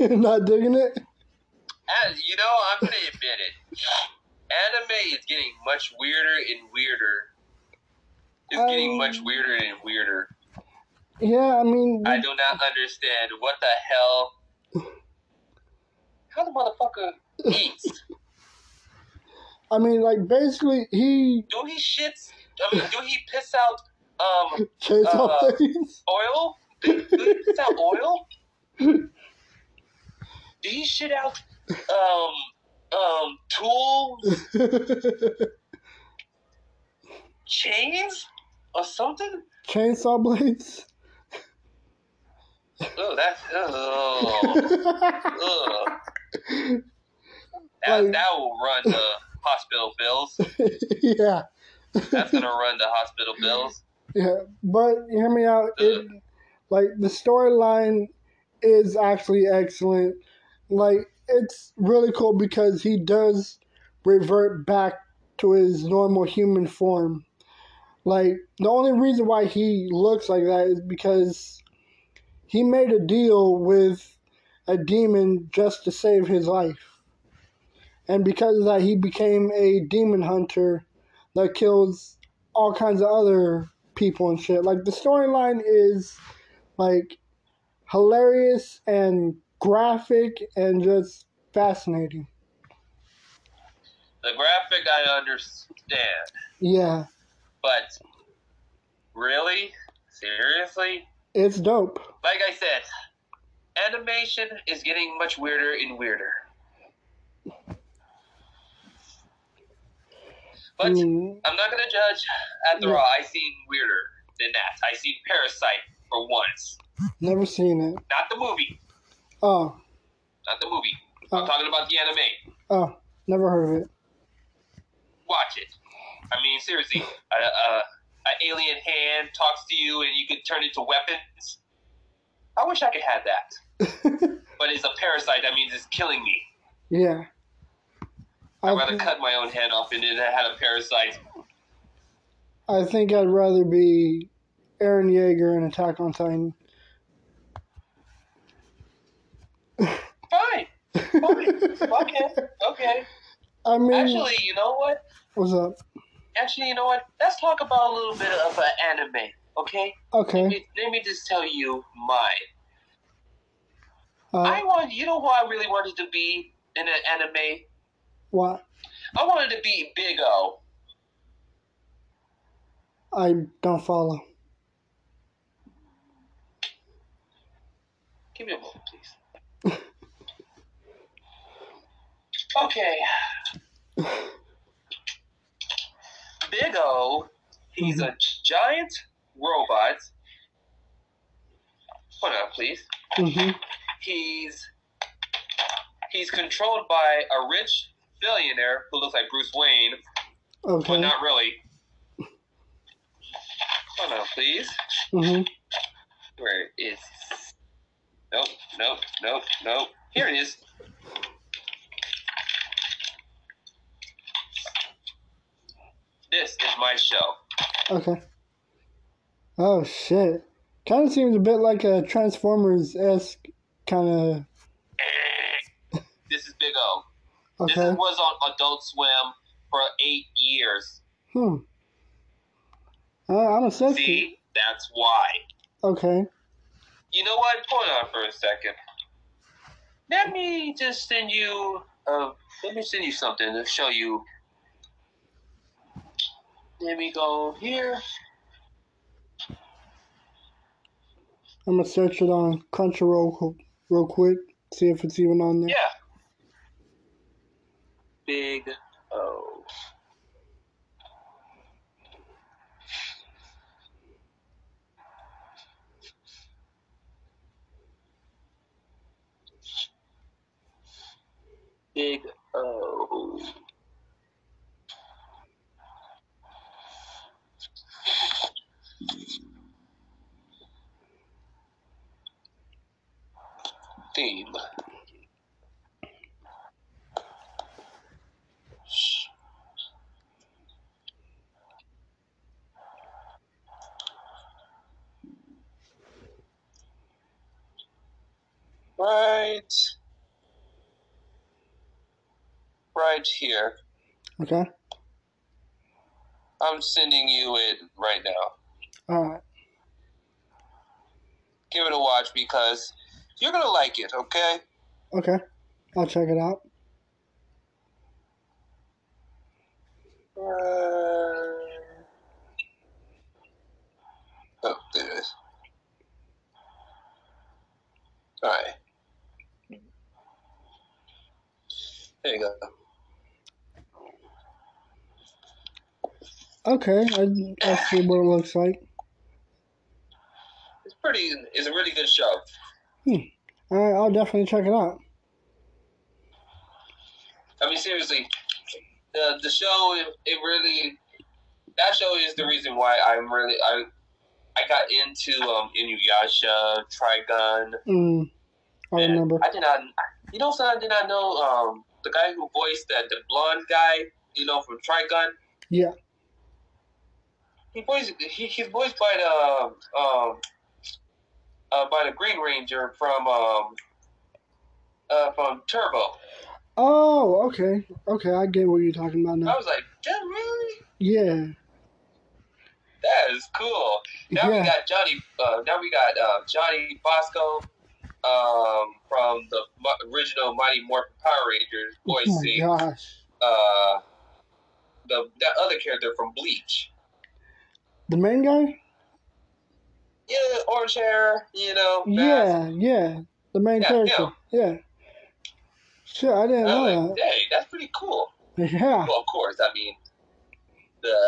Speaker 2: Not digging it?
Speaker 3: And you know, I'm gonna admit it. Anime is getting much weirder and weirder is getting much weirder and weirder.
Speaker 2: Um, Yeah, I mean,
Speaker 3: I do not understand what the hell. How the motherfucker eats?
Speaker 2: I mean, like basically he
Speaker 3: Do he shits? I mean, do he piss out um
Speaker 2: chased
Speaker 3: Uh,
Speaker 2: off things.
Speaker 3: oil? Do, do he piss out oil? Do he shit out um um tools, chains, or something?
Speaker 2: <laughs> Chainsaw blades.
Speaker 3: Oh, that. Oh, ugh. That,
Speaker 2: Like-
Speaker 3: that will run the hospital bills.
Speaker 2: <laughs> yeah,
Speaker 3: That's gonna run the hospital bills.
Speaker 2: yeah. But hear me out. It, like the storyline is actually excellent. Like it's really cool because he does revert back to his normal human form. Like the only reason why he looks like that is because he made a deal with a demon just to save his life. And because of that he became a demon hunter that kills all kinds of other people and shit. Like the storyline is like hilarious and graphic and just fascinating.
Speaker 3: The graphic I understand,
Speaker 2: Yeah,
Speaker 3: but really, seriously,
Speaker 2: it's dope.
Speaker 3: like I said, animation is getting much weirder and weirder. But
Speaker 2: Mm,
Speaker 3: I'm not gonna judge. After all, I seen weirder than that. I seen Parasite for once,
Speaker 2: never seen it.
Speaker 3: not the movie,
Speaker 2: Oh,
Speaker 3: not the movie.
Speaker 2: Oh.
Speaker 3: I'm talking about the anime.
Speaker 2: oh, never heard of it. <laughs>
Speaker 3: Watch it. I mean, seriously, a, a, a alien hand talks to you and you can turn into weapons. I wish I could have that. but it's a parasite. That means it's killing me.
Speaker 2: Yeah. I,
Speaker 3: I'd rather
Speaker 2: thi-
Speaker 3: cut my own hand off and then I had a parasite.
Speaker 2: I think I'd rather be Aaron Yeager in Attack on Titan.
Speaker 3: Fine. Fine. okay. Okay.
Speaker 2: <laughs> I mean,
Speaker 3: Actually, you know what?
Speaker 2: what's up?
Speaker 3: Actually, you know what? Let's talk about a little bit of an anime, okay? Let
Speaker 2: Okay.
Speaker 3: me, let me just tell you mine.
Speaker 2: Uh,
Speaker 3: I want, you know who I really wanted to be in an anime?
Speaker 2: what?
Speaker 3: I wanted to be Big O.
Speaker 2: I don't follow.
Speaker 3: Give me a moment, please. okay. Big O, he's a giant robot. Hold on, please.
Speaker 2: hmm
Speaker 3: He's he's controlled by a rich billionaire who looks like Bruce Wayne, but
Speaker 2: Okay.
Speaker 3: not really. Hold on, please.
Speaker 2: hmm
Speaker 3: Where is? Nope, nope, nope, nope. Here it is. This is my show.
Speaker 2: Okay. Oh shit! Kind of seems a bit like a Transformers esque kind of.
Speaker 3: This is Big O. This
Speaker 2: Okay.
Speaker 3: is- was on Adult Swim for eight years.
Speaker 2: Hmm. Uh, I'm obsessed. with-
Speaker 3: See, that's why.
Speaker 2: Okay.
Speaker 3: You know what? Hold on for a second. Let me just send you. Uh, let me send you something to show you. Let me go here.
Speaker 2: I'm gonna search it on Crunchyroll qu- real quick, see if it's even on there.
Speaker 3: Yeah. Big O. Big O. Theme. Right. Right here.
Speaker 2: Okay.
Speaker 3: I'm sending you it right now.
Speaker 2: All right.
Speaker 3: Give it a watch because you're gonna like it. Okay.
Speaker 2: Okay. I'll check it out.
Speaker 3: Uh, oh, there it is. All right. There you go.
Speaker 2: Okay. I, I see what it looks like.
Speaker 3: It's pretty. It's a really good show.
Speaker 2: All right. I'll definitely check it out.
Speaker 3: I mean, seriously, the the show it, it really that show is the reason why I'm really I I got into um Inuyasha, Trigun.
Speaker 2: Mm, I
Speaker 3: and
Speaker 2: remember.
Speaker 3: I did not. You know, something I did not know. Um, the guy who voiced that the blonde guy, you know, from Trigun.
Speaker 2: Yeah.
Speaker 3: He voiced. He, he's voiced by the um uh, by the Green Ranger from um uh from Turbo.
Speaker 2: Oh, okay. Okay, I get what you're talking about
Speaker 3: I
Speaker 2: now.
Speaker 3: was like, that really?
Speaker 2: Yeah.
Speaker 3: That is cool. Now we
Speaker 2: Yeah.
Speaker 3: got Johnny. Uh, now we got uh, Johnny Bosco um, from the mo- original Mighty Morphin Power Rangers
Speaker 2: Oh
Speaker 3: voicing
Speaker 2: my gosh.
Speaker 3: uh, the that other character from Bleach.
Speaker 2: The main guy?
Speaker 3: Yeah, orange hair. You know. mask.
Speaker 2: Yeah, yeah. The main
Speaker 3: Yeah,
Speaker 2: character. Yeah. Shit, I didn't
Speaker 3: I was
Speaker 2: know
Speaker 3: like, dang, that's pretty cool.
Speaker 2: that. <laughs> Yeah.
Speaker 3: Well, of course. I mean, the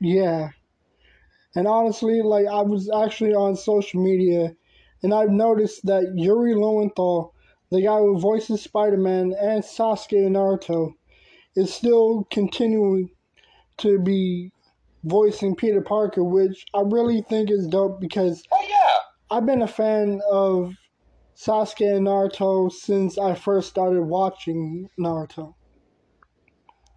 Speaker 2: Yeah. And honestly, like I was actually on social media and I've noticed that Yuri Lowenthal, the guy who voices Spider Man and Sasuke in Naruto, is still continuing to be voicing Peter Parker, which I really think is dope because
Speaker 3: oh yeah,
Speaker 2: I've been a fan of Sasuke and Naruto since I first started watching Naruto.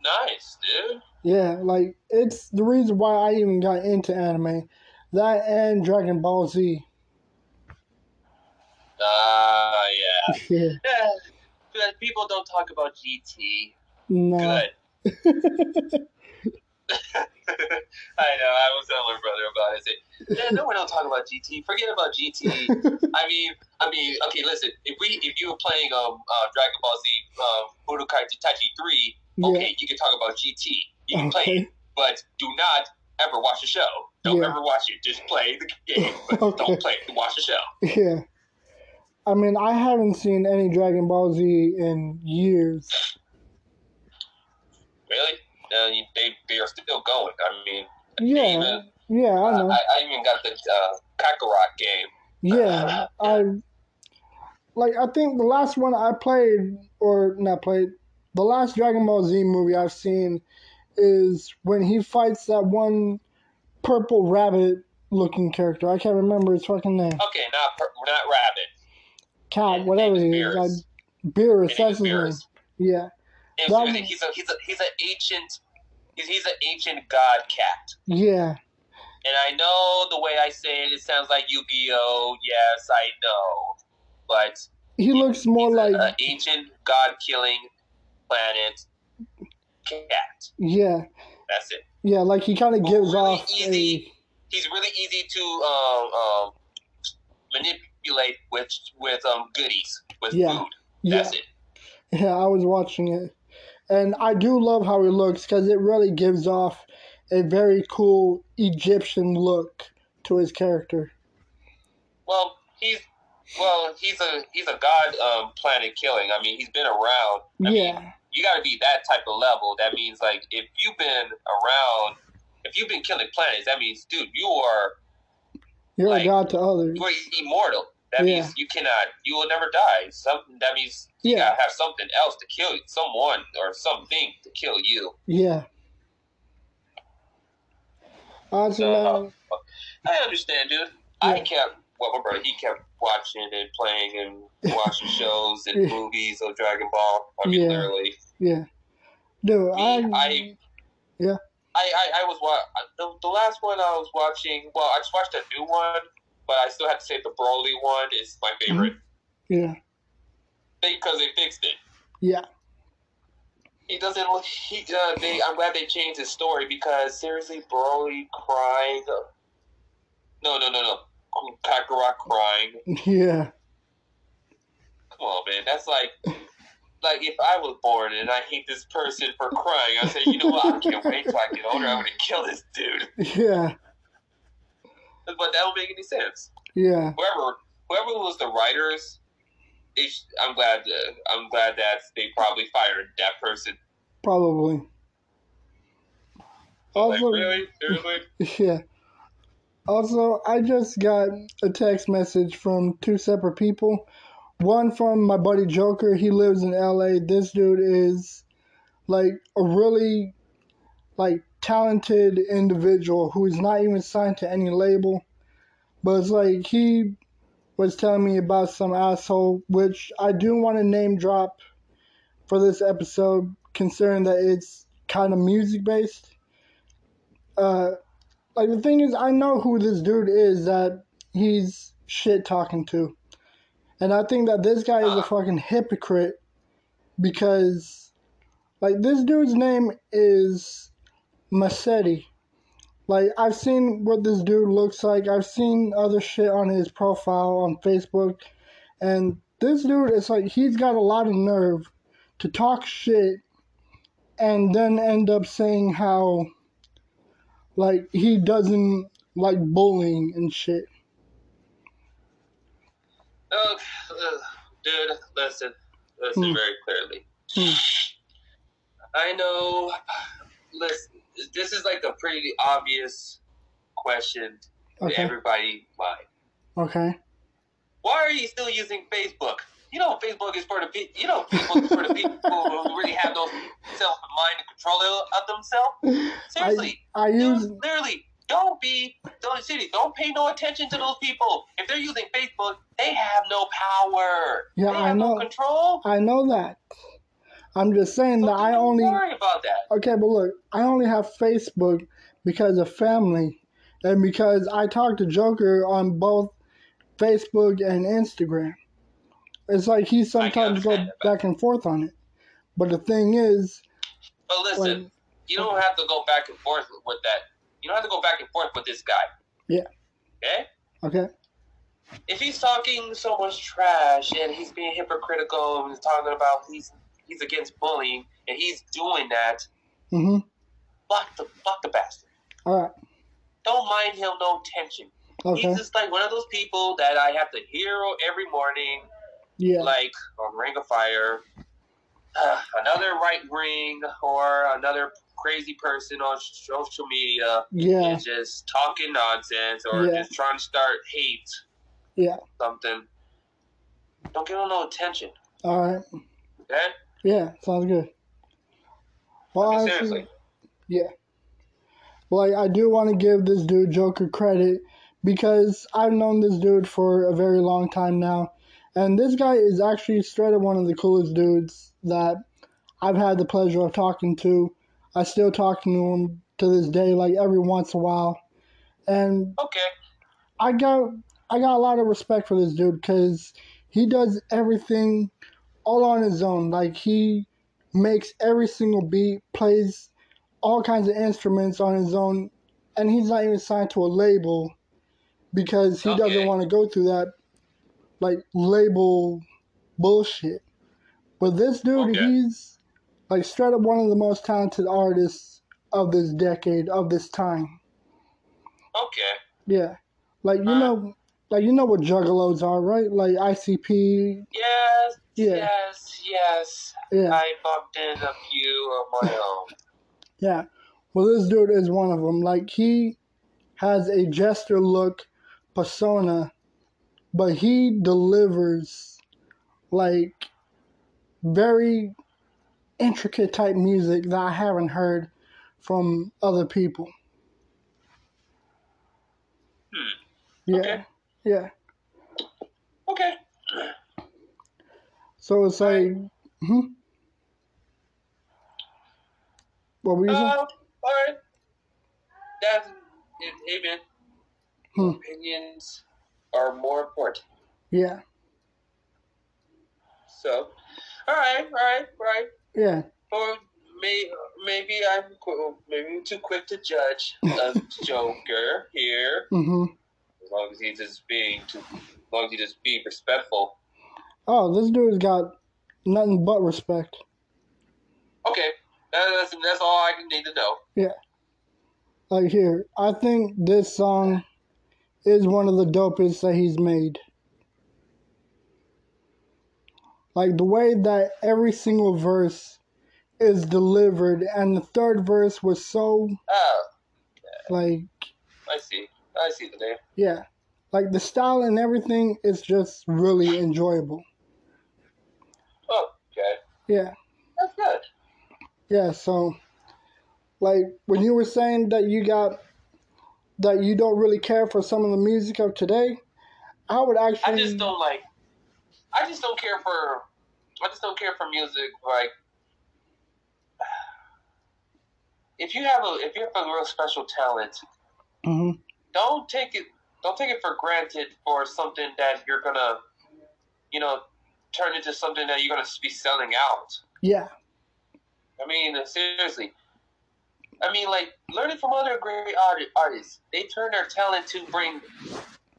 Speaker 3: nice dude.
Speaker 2: Yeah, like it's the reason why I even got into anime. That and Dragon Ball Z. <laughs>
Speaker 3: Ah yeah.
Speaker 2: Yeah.
Speaker 3: yeah. <laughs> Good. People don't talk about GT.
Speaker 2: No.
Speaker 3: Good. <laughs>
Speaker 2: <laughs>
Speaker 3: I know. I was telling my brother about it. I said, "Man, no one else talk about GT. Forget about GT. I mean, I mean, okay. Listen, if we, if you were playing um, uh, Dragon Ball Z, um, Budokai Tenkaichi Three,
Speaker 2: Yeah.
Speaker 3: okay, you can talk about GT. You can play
Speaker 2: Okay.
Speaker 3: it, but do not ever watch the show. Don't
Speaker 2: Yeah.
Speaker 3: ever watch it. Just play the game,
Speaker 2: <laughs>
Speaker 3: but
Speaker 2: Okay.
Speaker 3: don't play it. Watch the show.
Speaker 2: <laughs> Yeah. I mean, I haven't seen any Dragon Ball Z in years.
Speaker 3: Really? Uh, you- they they are still going. I mean, they
Speaker 2: Yeah.
Speaker 3: even,
Speaker 2: Yeah,
Speaker 3: uh, I,
Speaker 2: I know.
Speaker 3: I, I even got the uh, Kakarot game. <laughs>
Speaker 2: Yeah, I like. I think the last one I played, or not played, the last Dragon Ball Z movie I've seen is when he fights that one purple rabbit-looking character. I can't remember his fucking name.
Speaker 3: Okay, not per- not rabbit.
Speaker 2: Cat,
Speaker 3: Oh, His
Speaker 2: Ah, whatever
Speaker 3: name
Speaker 2: he
Speaker 3: is
Speaker 2: is.
Speaker 3: Beerus.
Speaker 2: Like, Beerus,
Speaker 3: His name
Speaker 2: that's
Speaker 3: is
Speaker 2: his name.
Speaker 3: Beerus.
Speaker 2: Yeah,
Speaker 3: And
Speaker 2: That
Speaker 3: so
Speaker 2: one-
Speaker 3: he's a he's a he's an ancient he's, he's an ancient god cat.
Speaker 2: yeah,
Speaker 3: And I know the way I say it, it sounds like Yu-Gi-Oh. Yes, I know, but
Speaker 2: he looks more
Speaker 3: he's uh, a-
Speaker 2: like
Speaker 3: a ancient god killing planet cat.
Speaker 2: yeah,
Speaker 3: That's it.
Speaker 2: yeah. Like he kind of gives
Speaker 3: Really
Speaker 2: off
Speaker 3: easy. He's really easy to um, um, manipulate with with um, goodies with
Speaker 2: Yeah.
Speaker 3: food.
Speaker 2: a yeah.
Speaker 3: That's it.
Speaker 2: Yeah, I was watching it. And I do love how he looks because it really gives off a very cool Egyptian look to his character.
Speaker 3: Well, he's well, he's a he's a god um, planet killing. I mean, he's been around. I mean,
Speaker 2: Yeah.
Speaker 3: you got to be that type of level. That means like if you've been around, if you've been killing planets, that means dude, you are
Speaker 2: You're
Speaker 3: like-
Speaker 2: a god to others.
Speaker 3: you are immortal. That
Speaker 2: Yeah.
Speaker 3: means you cannot, you will never die. Something that means you
Speaker 2: Yeah.
Speaker 3: gotta have something else to kill you, someone or something to kill you.
Speaker 2: Yeah. Honestly,
Speaker 3: So- uh,
Speaker 2: man,
Speaker 3: I understand, dude. I
Speaker 2: Yeah.
Speaker 3: kept well, my brother. He kept watching and playing
Speaker 2: <laughs>
Speaker 3: and watching shows and
Speaker 2: Yeah.
Speaker 3: movies of Dragon Ball. I mean,
Speaker 2: Yeah.
Speaker 3: literally,
Speaker 2: yeah. Dude, I,
Speaker 3: Me, I- I I, I was wa- the, the last one I was watching. Well, I just watched a new one, but I still have to say the Broly one is my favorite
Speaker 2: Yeah.
Speaker 3: because they fixed it.
Speaker 2: Yeah.
Speaker 3: he doesn't. look- He uh, they. I'm glad they changed his story because seriously, Broly crying. No, no, no, no. Kakarot crying.
Speaker 2: Yeah. <laughs>
Speaker 3: Come on, man. That's like, like if I was born and I hate this person for crying, I'd say, you know what? I can't wait till I get older. I'm gonna kill this dude.
Speaker 2: Yeah.
Speaker 3: But that don't make any sense.
Speaker 2: Yeah.
Speaker 3: Whoever, whoever was the writers, it, sh- I'm glad. Uh, I'm glad that they probably fired that person.
Speaker 2: Probably.
Speaker 3: Like,
Speaker 2: Also-
Speaker 3: really,
Speaker 2: <laughs>
Speaker 3: seriously.
Speaker 2: Yeah. Also, I just got a text message from two separate people. One from my buddy Joker. He lives in LA. This dude is like a really like talented individual who is not even signed to any label. But it's like he was telling me about some asshole, which I do want to name drop for this episode, considering that it's kind of music based. Uh, like the thing is, I know who this dude is that he's shit talking to, and I think that this guy is a fucking hypocrite because, like, this dude's name is Massetti. Like, I've seen what this dude looks like. I've seen other shit on his profile on Facebook, and this dude is like he's got a lot of nerve to talk shit and then end up saying how like he doesn't like bullying and shit.
Speaker 3: Uh, uh, <sighs> dude, listen, listen
Speaker 2: Hmm.
Speaker 3: very clearly.
Speaker 2: Hmm.
Speaker 3: <sighs> I know. <sighs> Listen, this is like a pretty obvious question to
Speaker 2: Okay.
Speaker 3: everybody. Why?
Speaker 2: Okay.
Speaker 3: Why are you still using Facebook? You know, Facebook is for the pe- you know Facebook is for the people who really have those self mind control of themselves. Seriously,
Speaker 2: <laughs> I use
Speaker 3: dude, literally, don't be don't city. Don't pay no attention to those people. If they're using Facebook, they have no power.
Speaker 2: Yeah,
Speaker 3: they
Speaker 2: I
Speaker 3: have
Speaker 2: know.
Speaker 3: no control.
Speaker 2: I know that. I'm just saying that
Speaker 3: Don't
Speaker 2: I
Speaker 3: even
Speaker 2: only
Speaker 3: worry about that.
Speaker 2: Okay, but look, I only have Facebook because of family and because I talk to Joker on both Facebook and Instagram. It's like he sometimes go
Speaker 3: understand that, but-
Speaker 2: back and forth on it. But the thing is,
Speaker 3: But listen,
Speaker 2: like,
Speaker 3: you don't have to go back and forth with that. You don't have to go back and forth with this guy.
Speaker 2: Yeah.
Speaker 3: Okay?
Speaker 2: okay,
Speaker 3: If he's talking so much trash and he's being hypocritical and he's talking about he's he's against bullying and he's doing that,
Speaker 2: mhm,
Speaker 3: block the block the bastard.
Speaker 2: all right,
Speaker 3: Don't mind him no attention.
Speaker 2: okay,
Speaker 3: He's just like one of those people that I have to hear every morning,
Speaker 2: yeah,
Speaker 3: like on Ring of Fire, uh, another right wing or another crazy person on social media
Speaker 2: yeah,
Speaker 3: is just talking nonsense or
Speaker 2: Yeah.
Speaker 3: just trying to start hate
Speaker 2: yeah,
Speaker 3: something, don't give them no attention.
Speaker 2: all right,
Speaker 3: Okay?
Speaker 2: yeah, sounds good. Well,
Speaker 3: I mean,
Speaker 2: honestly,
Speaker 3: seriously.
Speaker 2: like I do want to give this dude Joker credit because I've known this dude for a very long time now, and this guy is actually straight up one of the coolest dudes that I've had the pleasure of talking to. I still talk to him to this day, like every once in a while, and
Speaker 3: Okay.
Speaker 2: I got I got a lot of respect for this dude because he does everything all on his own. Like he makes every single beat, plays all kinds of instruments on his own, and he's not even signed to a label because he doesn't
Speaker 3: Okay.
Speaker 2: want to go through that like label bullshit. But this dude,
Speaker 3: Okay.
Speaker 2: he's like straight up one of the most talented artists of this decade, of this time.
Speaker 3: Okay.
Speaker 2: Yeah, like you
Speaker 3: Uh,
Speaker 2: know, like you know what juggalos are, right? Like ICP.
Speaker 3: Yes.
Speaker 2: Yeah.
Speaker 3: Yes. Yes.
Speaker 2: Yeah,
Speaker 3: I bumped in a few of my own.
Speaker 2: yeah. Well, this dude is one of them. Like he has a jester look persona, but he delivers like very intricate type music that I haven't heard from other people.
Speaker 3: Hmm.
Speaker 2: Yeah,
Speaker 3: Okay.
Speaker 2: yeah.
Speaker 3: Okay.
Speaker 2: So it's like, hmm? What were you
Speaker 3: Uh,
Speaker 2: saying?
Speaker 3: all right. That's it. Amen.
Speaker 2: Hmm.
Speaker 3: Opinions are more important.
Speaker 2: Yeah,
Speaker 3: So, all right. All right. All right.
Speaker 2: yeah.
Speaker 3: Well, may, maybe I'm qu- maybe I'm too quick to judge a Joker here.
Speaker 2: hmm
Speaker 3: As long as he's just being too, as long as he's just being respectful.
Speaker 2: Oh, this dude's got nothing but respect.
Speaker 3: Okay, that, that's that's all I need to know.
Speaker 2: Like here, I think this song is one of the dopest that he's made. Like the way that every single verse is delivered, and the third verse was so
Speaker 3: Ah,
Speaker 2: like
Speaker 3: I see. I see the name.
Speaker 2: yeah, like the style and everything is just really enjoyable.
Speaker 3: Oh, okay,
Speaker 2: Yeah.
Speaker 3: that's good.
Speaker 2: Yeah, so like when you were saying that you got that you don't really care for some of the music of today, I would actually
Speaker 3: I just don't like. I just don't care for. I just don't care for music. Like, <sighs> if you have a if you have a real special talent,
Speaker 2: Mhm.
Speaker 3: don't take it don't take it for granted for something that you're gonna, you know, turn into something that you're gonna be selling out.
Speaker 2: Yeah.
Speaker 3: I mean, seriously. I mean, like learning from other great art- artists, they turn their talent to bring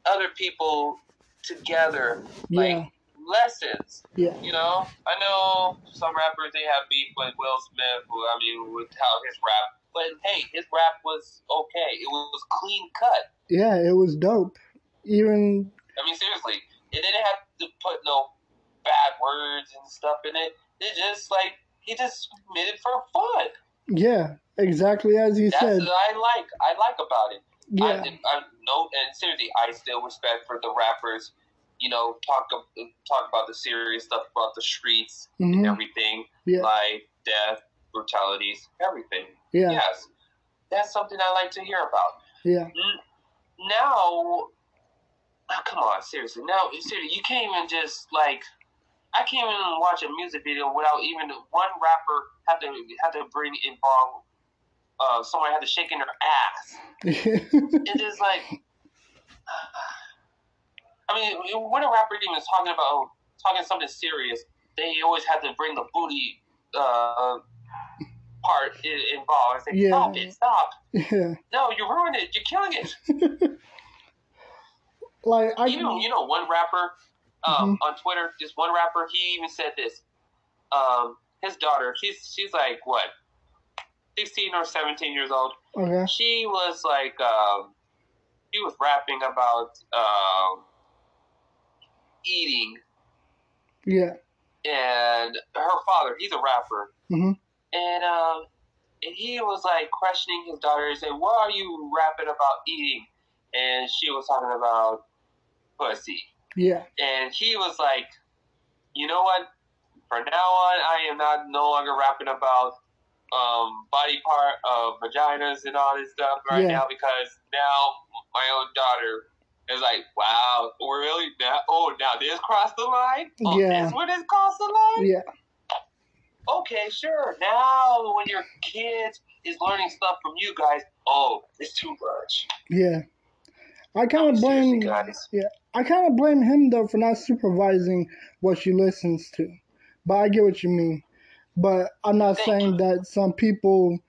Speaker 3: other people together, like
Speaker 2: Yeah.
Speaker 3: lessons.
Speaker 2: Yeah.
Speaker 3: You know, I know some rappers they have beef with Will Smith. Who, I mean, with how his rap, but hey, his rap was okay. It was clean cut.
Speaker 2: Yeah, it was dope. Even
Speaker 3: I mean, seriously, it didn't have to put no bad words and stuff in it. It just like he just made it for fun.
Speaker 2: yeah, exactly as you
Speaker 3: That's
Speaker 2: said.
Speaker 3: what I like. I like about it. I,
Speaker 2: Yeah.
Speaker 3: did- I no, and seriously, I still respect for the rappers. You know, talk ab- talk about the serious stuff about the streets and
Speaker 2: hmm
Speaker 3: everything,
Speaker 2: Yeah.
Speaker 3: life, death, brutalities, everything.
Speaker 2: Yeah.
Speaker 3: Yes, that's something I like to hear about.
Speaker 2: Yeah.
Speaker 3: Now, oh, come on, seriously. Now, seriously, you can't even just like. I can't even watch a music video without even one rapper have to have to bring involve. Uh, someone had to shake in their ass. it is like, <sighs> I mean, when a rapper even is talking about talking something serious, they always have to bring the booty uh, part i- involved. It's like,
Speaker 2: Yeah.
Speaker 3: stop it, stop!
Speaker 2: <laughs> yeah.
Speaker 3: No, you ruined it. You're killing it.
Speaker 2: Like I Mm-hmm.
Speaker 3: you know, you know, one rapper um, on Twitter, this one rapper, he even said this. Um, his daughter, she's she's like what, sixteen or seventeen years old.
Speaker 2: okay.
Speaker 3: she was like um, she was rapping about um, eating
Speaker 2: Yeah.
Speaker 3: and her father he's a rapper
Speaker 2: Mhm.
Speaker 3: and um, and he was like questioning his daughter and saying why are you rapping about eating and she was talking about pussy
Speaker 2: Yeah.
Speaker 3: and he was like you know what from now on i am not no longer rapping about um, body part of vaginas and all this stuff right
Speaker 2: Yeah.
Speaker 3: now because now my own daughter is like, wow, really? Now, oh, now this crossed the line? Oh,
Speaker 2: Yeah.
Speaker 3: This where this crossed the line?
Speaker 2: Yeah.
Speaker 3: Okay, sure. Now when your kid is learning stuff from you guys, oh, it's too much.
Speaker 2: Yeah. I kind of blame
Speaker 3: Seriously, guys.
Speaker 2: I kind of blame him though for not supervising what she listens to. But I get what you mean. But I'm not
Speaker 3: Thank
Speaker 2: saying that some people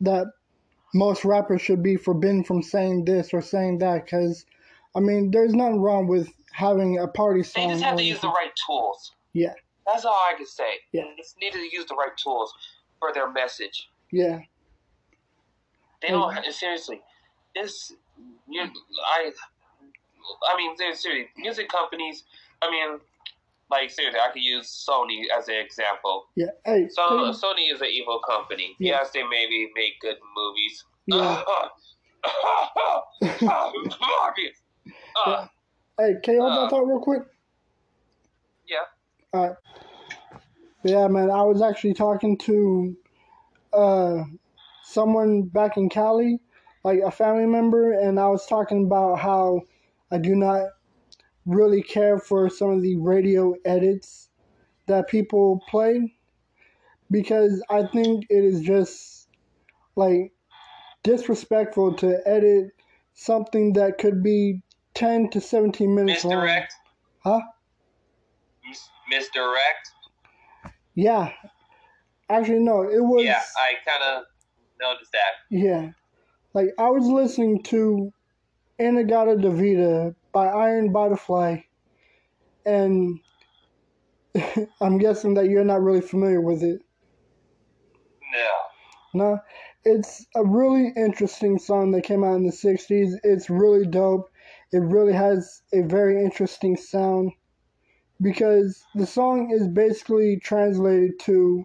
Speaker 2: that most rappers should be forbidden from saying this or saying that cuz I mean there's nothing wrong with having a party
Speaker 3: They
Speaker 2: song.
Speaker 3: just have
Speaker 2: or
Speaker 3: to use the right tools.
Speaker 2: Yeah.
Speaker 3: That's all I can say.
Speaker 2: Yeah.
Speaker 3: They just need to use the right tools for their message.
Speaker 2: Yeah.
Speaker 3: They don't seriously. This, you, I, I mean, ser- seriously, music companies. I mean, like seriously, I could use Sony as an example.
Speaker 2: Yeah. Hey.
Speaker 3: So
Speaker 2: hey,
Speaker 3: Sony is an evil company.
Speaker 2: Yeah.
Speaker 3: Yes, they maybe make good movies. <laughs>
Speaker 2: yeah.
Speaker 3: Movies. Uh,
Speaker 2: Hey, can you hold that
Speaker 3: Uh,
Speaker 2: thought real quick?
Speaker 3: yeah.
Speaker 2: All right. Yeah, man. I was actually talking to uh, someone back in Cali, like a family member, and I was talking about how I do not really care for some of the radio edits that people play because I think it is just like disrespectful to edit something that could be 10 to 17 minutes long.
Speaker 3: misdirect.
Speaker 2: uh, Huh?
Speaker 3: Mis- misdirect.
Speaker 2: Yeah. Actually, no, it was.
Speaker 3: Yeah, I kind of noticed that.
Speaker 2: Yeah. Like, I was listening to Anagata Davida by Iron Butterfly, and <laughs> I'm guessing that you're not really familiar with it.
Speaker 3: No.
Speaker 2: No, it's a really interesting song that came out in the 60s. It's really dope. It really has a very interesting sound because the song is basically translated to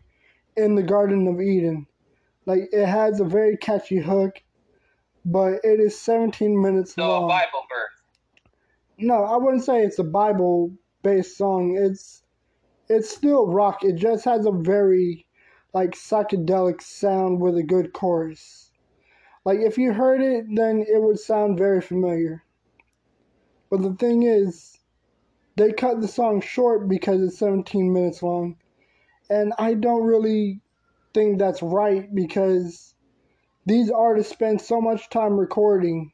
Speaker 2: In the Garden of Eden. Like, it has a very catchy hook, but it is 17 minutes
Speaker 3: So
Speaker 2: long.
Speaker 3: a Bible verse.
Speaker 2: No, I wouldn't say it's a Bible based song. It's it's still rock. It just has a very like psychedelic sound with a good chorus. Like if you heard it, then it would sound very familiar. But the thing is, they cut the song short because it's 17 minutes long. And I don't really think that's right because these artists spend so much time recording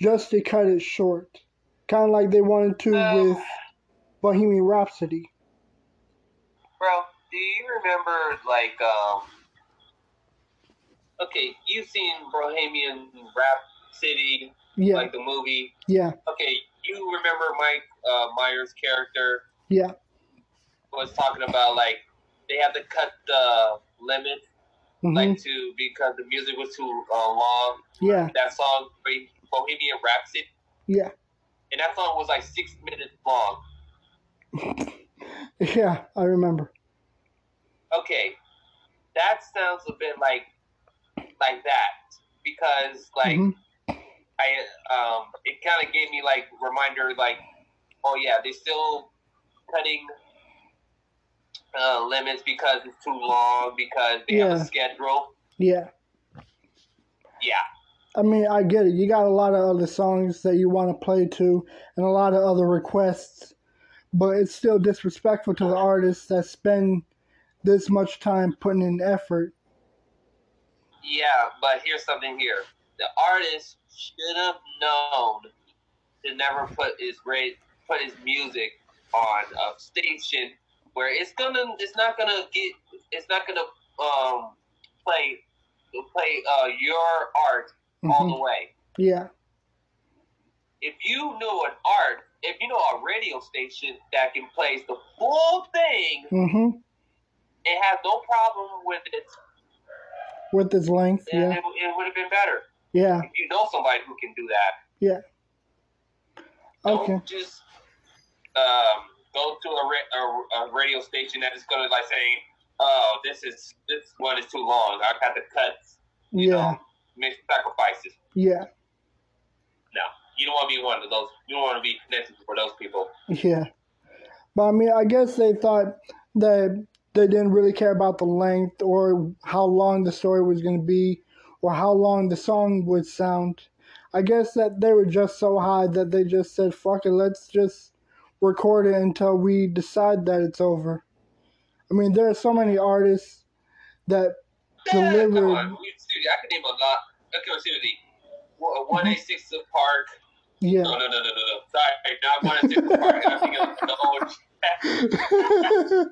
Speaker 2: just to cut it short. Kind of like they wanted to
Speaker 3: Oh.
Speaker 2: with Bohemian Rhapsody.
Speaker 3: Bro, do you remember like um Okay, you've seen Bohemian Rhapsody,
Speaker 2: Yeah,
Speaker 3: like the movie.
Speaker 2: yeah,
Speaker 3: Okay, you remember Mike uh, Myers' character
Speaker 2: yeah,
Speaker 3: was talking about like they had to cut the limit,
Speaker 2: hmm
Speaker 3: like to because the music was too uh, long.
Speaker 2: yeah,
Speaker 3: That song, Bohemian Rhapsody,
Speaker 2: yeah,
Speaker 3: and that song was like six minutes long.
Speaker 2: yeah. I remember.
Speaker 3: okay, that sounds a bit like like that because like
Speaker 2: Mhm.
Speaker 3: I um it kind of gave me like reminder like oh yeah they're still cutting uh, limits because it's too long because they have
Speaker 2: Yeah.
Speaker 3: a schedule.
Speaker 2: Yeah.
Speaker 3: Yeah,
Speaker 2: I mean, I get it. You got a lot of other songs that you want to play to and a lot of other requests, but it's still disrespectful to the artists that spend this much time putting in effort.
Speaker 3: yeah, but here's something here. The artist should have known to never put his rate put his music on a station where it's gonna it's not gonna get it's not gonna um play play uh your art all
Speaker 2: Mhm.
Speaker 3: the way.
Speaker 2: Yeah,
Speaker 3: If you know an art, if you know a radio station that can play the full thing
Speaker 2: hmm
Speaker 3: and has no problem with it,
Speaker 2: with this length.
Speaker 3: then
Speaker 2: Yeah,
Speaker 3: it, it would have been better.
Speaker 2: yeah.
Speaker 3: If you know somebody who can do that,
Speaker 2: Okay.
Speaker 3: Don't just um, go to a, ra- a, a radio station that is going to like saying, "Oh, this is this one is too long. I have to cut." You
Speaker 2: Yeah,
Speaker 3: know, make sacrifices.
Speaker 2: yeah,
Speaker 3: No, you don't want to be one of those. You don't want to be connected for those people.
Speaker 2: yeah. But I mean, I guess they thought that they didn't really care about the length or how long the story was going to be or how long the song would sound. I guess that they were just so high that they just said, fuck it, let's just record it until we decide that it's over. I mean, there are so many artists that
Speaker 3: Yeah,
Speaker 2: Delivered.
Speaker 3: come on. We- seriously, I can name a lot. Okay, seriously. One eight six Park. No,
Speaker 2: yeah. <laughs>
Speaker 3: no, no, no, no, no. Sorry, not one eight six Park. I'm thinking of the
Speaker 2: <laughs>
Speaker 3: old. I'm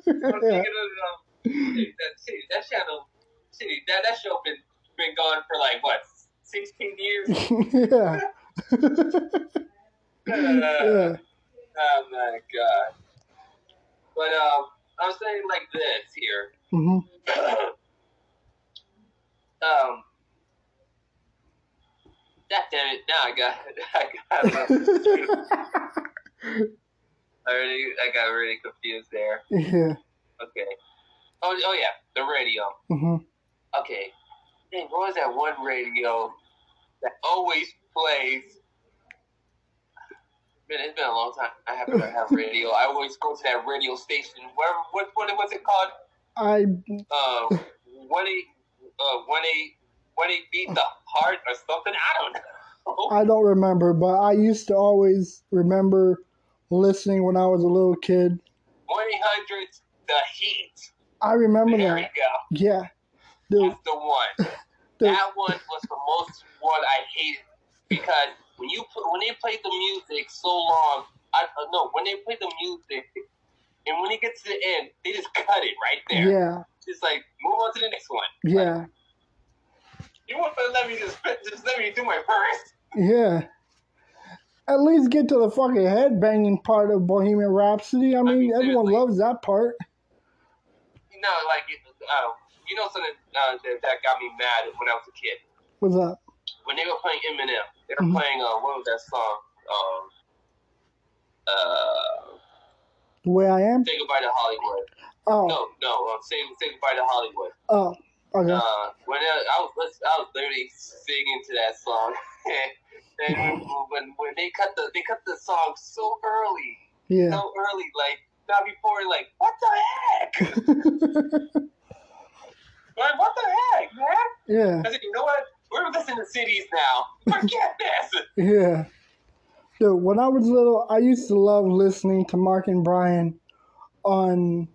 Speaker 3: thinking
Speaker 2: yeah.
Speaker 3: of um, Dude, that, see, that channel, see, that, that show been been gone for like what, sixteen
Speaker 2: <laughs>
Speaker 3: years? <laughs>
Speaker 2: yeah.
Speaker 3: Uh,
Speaker 2: yeah.
Speaker 3: Oh my god! But um, I'm saying like this here. <coughs>
Speaker 2: <laughs> hmm
Speaker 3: um, that damn it! Now I got, <laughs> I got, I really, I got really confused there.
Speaker 2: yeah.
Speaker 3: Okay. Oh, oh yeah, the radio.
Speaker 2: hmm
Speaker 3: Okay. Dang, what was that one radio that always plays? Man, it's been a long time. I haven't heard have radio. I always go to that radio station. Where what what was it called?
Speaker 2: I
Speaker 3: Uh, one eight uh one eight one eight beat the heart or something. I don't know.
Speaker 2: I don't remember, but I used to always remember listening when I was a little kid.
Speaker 3: One eight hundred the heat.
Speaker 2: I remember
Speaker 3: There we
Speaker 2: that.
Speaker 3: go.
Speaker 2: Yeah. Dude,
Speaker 3: That's the one.
Speaker 2: <laughs> dude,
Speaker 3: That one was the most one I hated because when you put when they play the music so long, I uh, no when they play the music and when it gets to the end, they just cut it right there.
Speaker 2: yeah.
Speaker 3: It's like Move on to the next one.
Speaker 2: Yeah.
Speaker 3: You want to let me just, <laughs> just let me do my first?
Speaker 2: Yeah. At least get to the fucking head banging part of Bohemian Rhapsody. I mean,
Speaker 3: mean,
Speaker 2: everyone
Speaker 3: seriously.
Speaker 2: loves that part.
Speaker 3: You know, like uh, you know something uh, that, that got me mad when I was a kid.
Speaker 2: What's up?
Speaker 3: When they were playing Eminem, they were
Speaker 2: Mhm.
Speaker 3: playing uh, what was that song? Um, uh,
Speaker 2: The way I am?
Speaker 3: say goodbye to Hollywood.
Speaker 2: Oh,
Speaker 3: No, no, um, say say goodbye to Hollywood.
Speaker 2: oh, okay.
Speaker 3: Uh, when I, I was lis- I was literally singing to that song, <laughs> and when, when when they cut the they cut the song so early,
Speaker 2: Yeah.
Speaker 3: so early, like not before, like what the heck? <laughs> Like what the heck, man?
Speaker 2: <laughs> yeah,
Speaker 3: I said, you know what? We're listening to cities now. Forget <laughs> this.
Speaker 2: yeah. Dude, when I was little, I used to love listening to Mark and Brian on,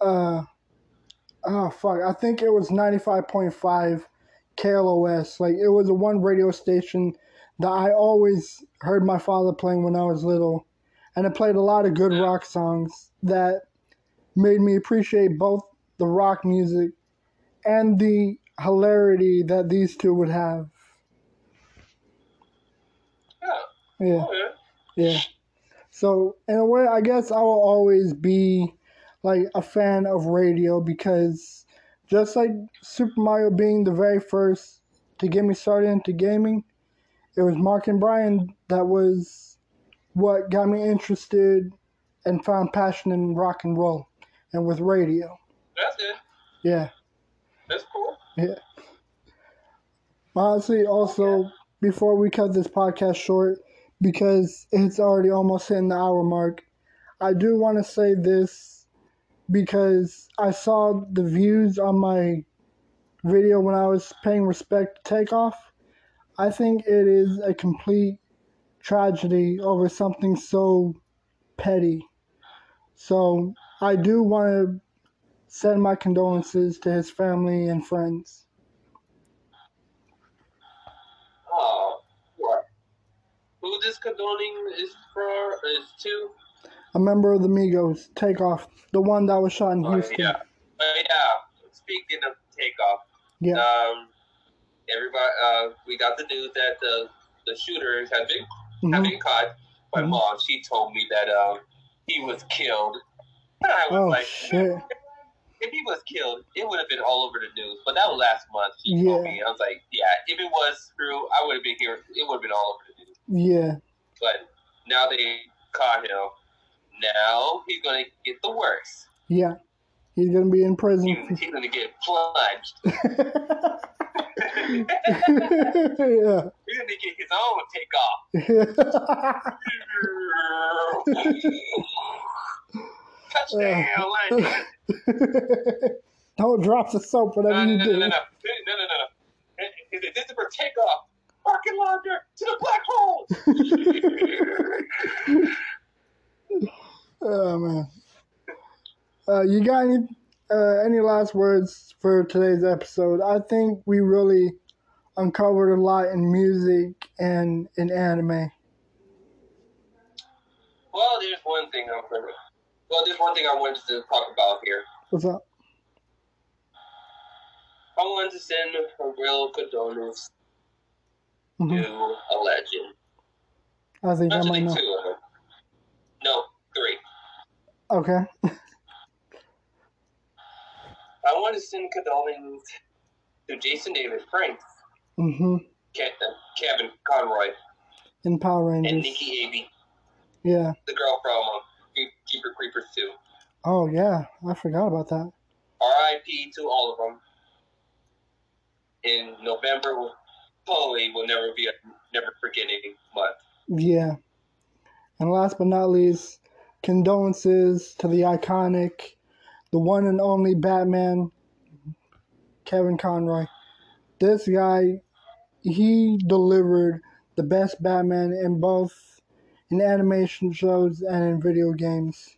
Speaker 2: uh, oh fuck, I think it was 95.5 KLOS. Like, it was the one radio station that I always heard my father playing when I was little. And it played a lot of good rock songs that made me appreciate both the rock music and the hilarity that these two would have.
Speaker 3: Yeah.
Speaker 2: Yeah.
Speaker 3: Oh, yeah.
Speaker 2: Yeah. So in a way, I guess I will always be like a fan of radio because just like Super Mario being the very first to get me started into gaming, it was Mark and Brian that was what got me interested and found passion in rock and roll and with radio.
Speaker 3: That's it.
Speaker 2: Yeah.
Speaker 3: That's cool.
Speaker 2: Honestly, also before we cut this podcast short, because it's already almost hitting the hour mark, I do want to say this because I saw the views on my video when I was paying respect to takeoff. I think it is a complete tragedy over something so petty. So I do want to send my condolences to his family and friends.
Speaker 3: Oh, what? Who this condoning is for? Is to?
Speaker 2: a member of the Migos, Takeoff, the one that was shot in
Speaker 3: Oh,
Speaker 2: Houston.
Speaker 3: yeah. Uh, yeah. Speaking of takeoff,
Speaker 2: Yeah.
Speaker 3: um, everybody, uh, we got the news that the the shooters have been have
Speaker 2: Mhm.
Speaker 3: been caught. My
Speaker 2: Mhm.
Speaker 3: mom, she told me that um, he was killed. And I was
Speaker 2: Oh
Speaker 3: like,
Speaker 2: shit!
Speaker 3: <laughs> if he was killed, it would have been all over the news. But that was last month. He
Speaker 2: Yeah.
Speaker 3: told me. I was like, yeah, if it was true, I would have been here. It would have been all over the news.
Speaker 2: Yeah,
Speaker 3: But now they caught him. Now he's gonna get the worst.
Speaker 2: yeah. He's gonna be in <laughs>
Speaker 3: He-
Speaker 2: prison.
Speaker 3: He's gonna get plunged.
Speaker 2: <laughs>
Speaker 3: <laughs>
Speaker 2: yeah. <laughs>
Speaker 3: He's gonna get his own take off. Touchdown! Lions.
Speaker 2: Don't drop the soap,
Speaker 3: No,
Speaker 2: whatever
Speaker 3: no,
Speaker 2: you
Speaker 3: no, no, no, no, no,
Speaker 2: do.
Speaker 3: no, no, no. Is it this is for takeoff? Parking launder to the black hole.
Speaker 2: <laughs> Oh man. Uh, you got any uh, any last words for today's episode? I think we really uncovered a lot in music and in anime.
Speaker 3: Well, there's one thing I'm gonna. Well, there's one thing I wanted to talk about here.
Speaker 2: What's up?
Speaker 3: I wanted to send a real condolence to
Speaker 2: Mhm.
Speaker 3: a legend.
Speaker 2: I think I
Speaker 3: Actually,
Speaker 2: might
Speaker 3: two
Speaker 2: know.
Speaker 3: of them. No, three.
Speaker 2: Okay.
Speaker 3: I want to send condolence to Jason David Frank,
Speaker 2: hmm
Speaker 3: Ke- uh, Kevin Conroy,
Speaker 2: In Power
Speaker 3: and
Speaker 2: Rangers.
Speaker 3: Nikki Abey,
Speaker 2: Yeah.
Speaker 3: the girl from um, Jeep- Jeepers Creepers 2.
Speaker 2: Oh yeah. I forgot about that.
Speaker 3: R.I.P. to all of them. In November, will- probably will never be a never forgetting month.
Speaker 2: Yeah. And last but not least, condolences to the iconic, the one and only Batman, Kevin Conroy. This guy, he delivered the best Batman in both in animation shows and in video games.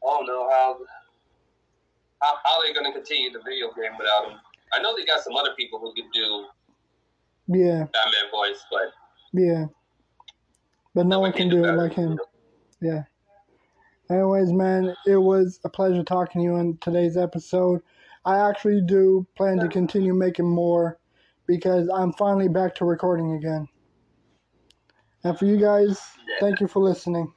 Speaker 3: I don't know how how, how they're going to continue the video game without him. I know they got some other people who can do
Speaker 2: Yeah,
Speaker 3: Batman voice, but
Speaker 2: yeah. But no one
Speaker 3: nobody
Speaker 2: can
Speaker 3: did
Speaker 2: do it
Speaker 3: better.
Speaker 2: like him. Anyways, man, it was a pleasure talking to you in today's episode. I actually do plan to continue making more because I'm finally back to recording again. And for you guys, thank you for listening.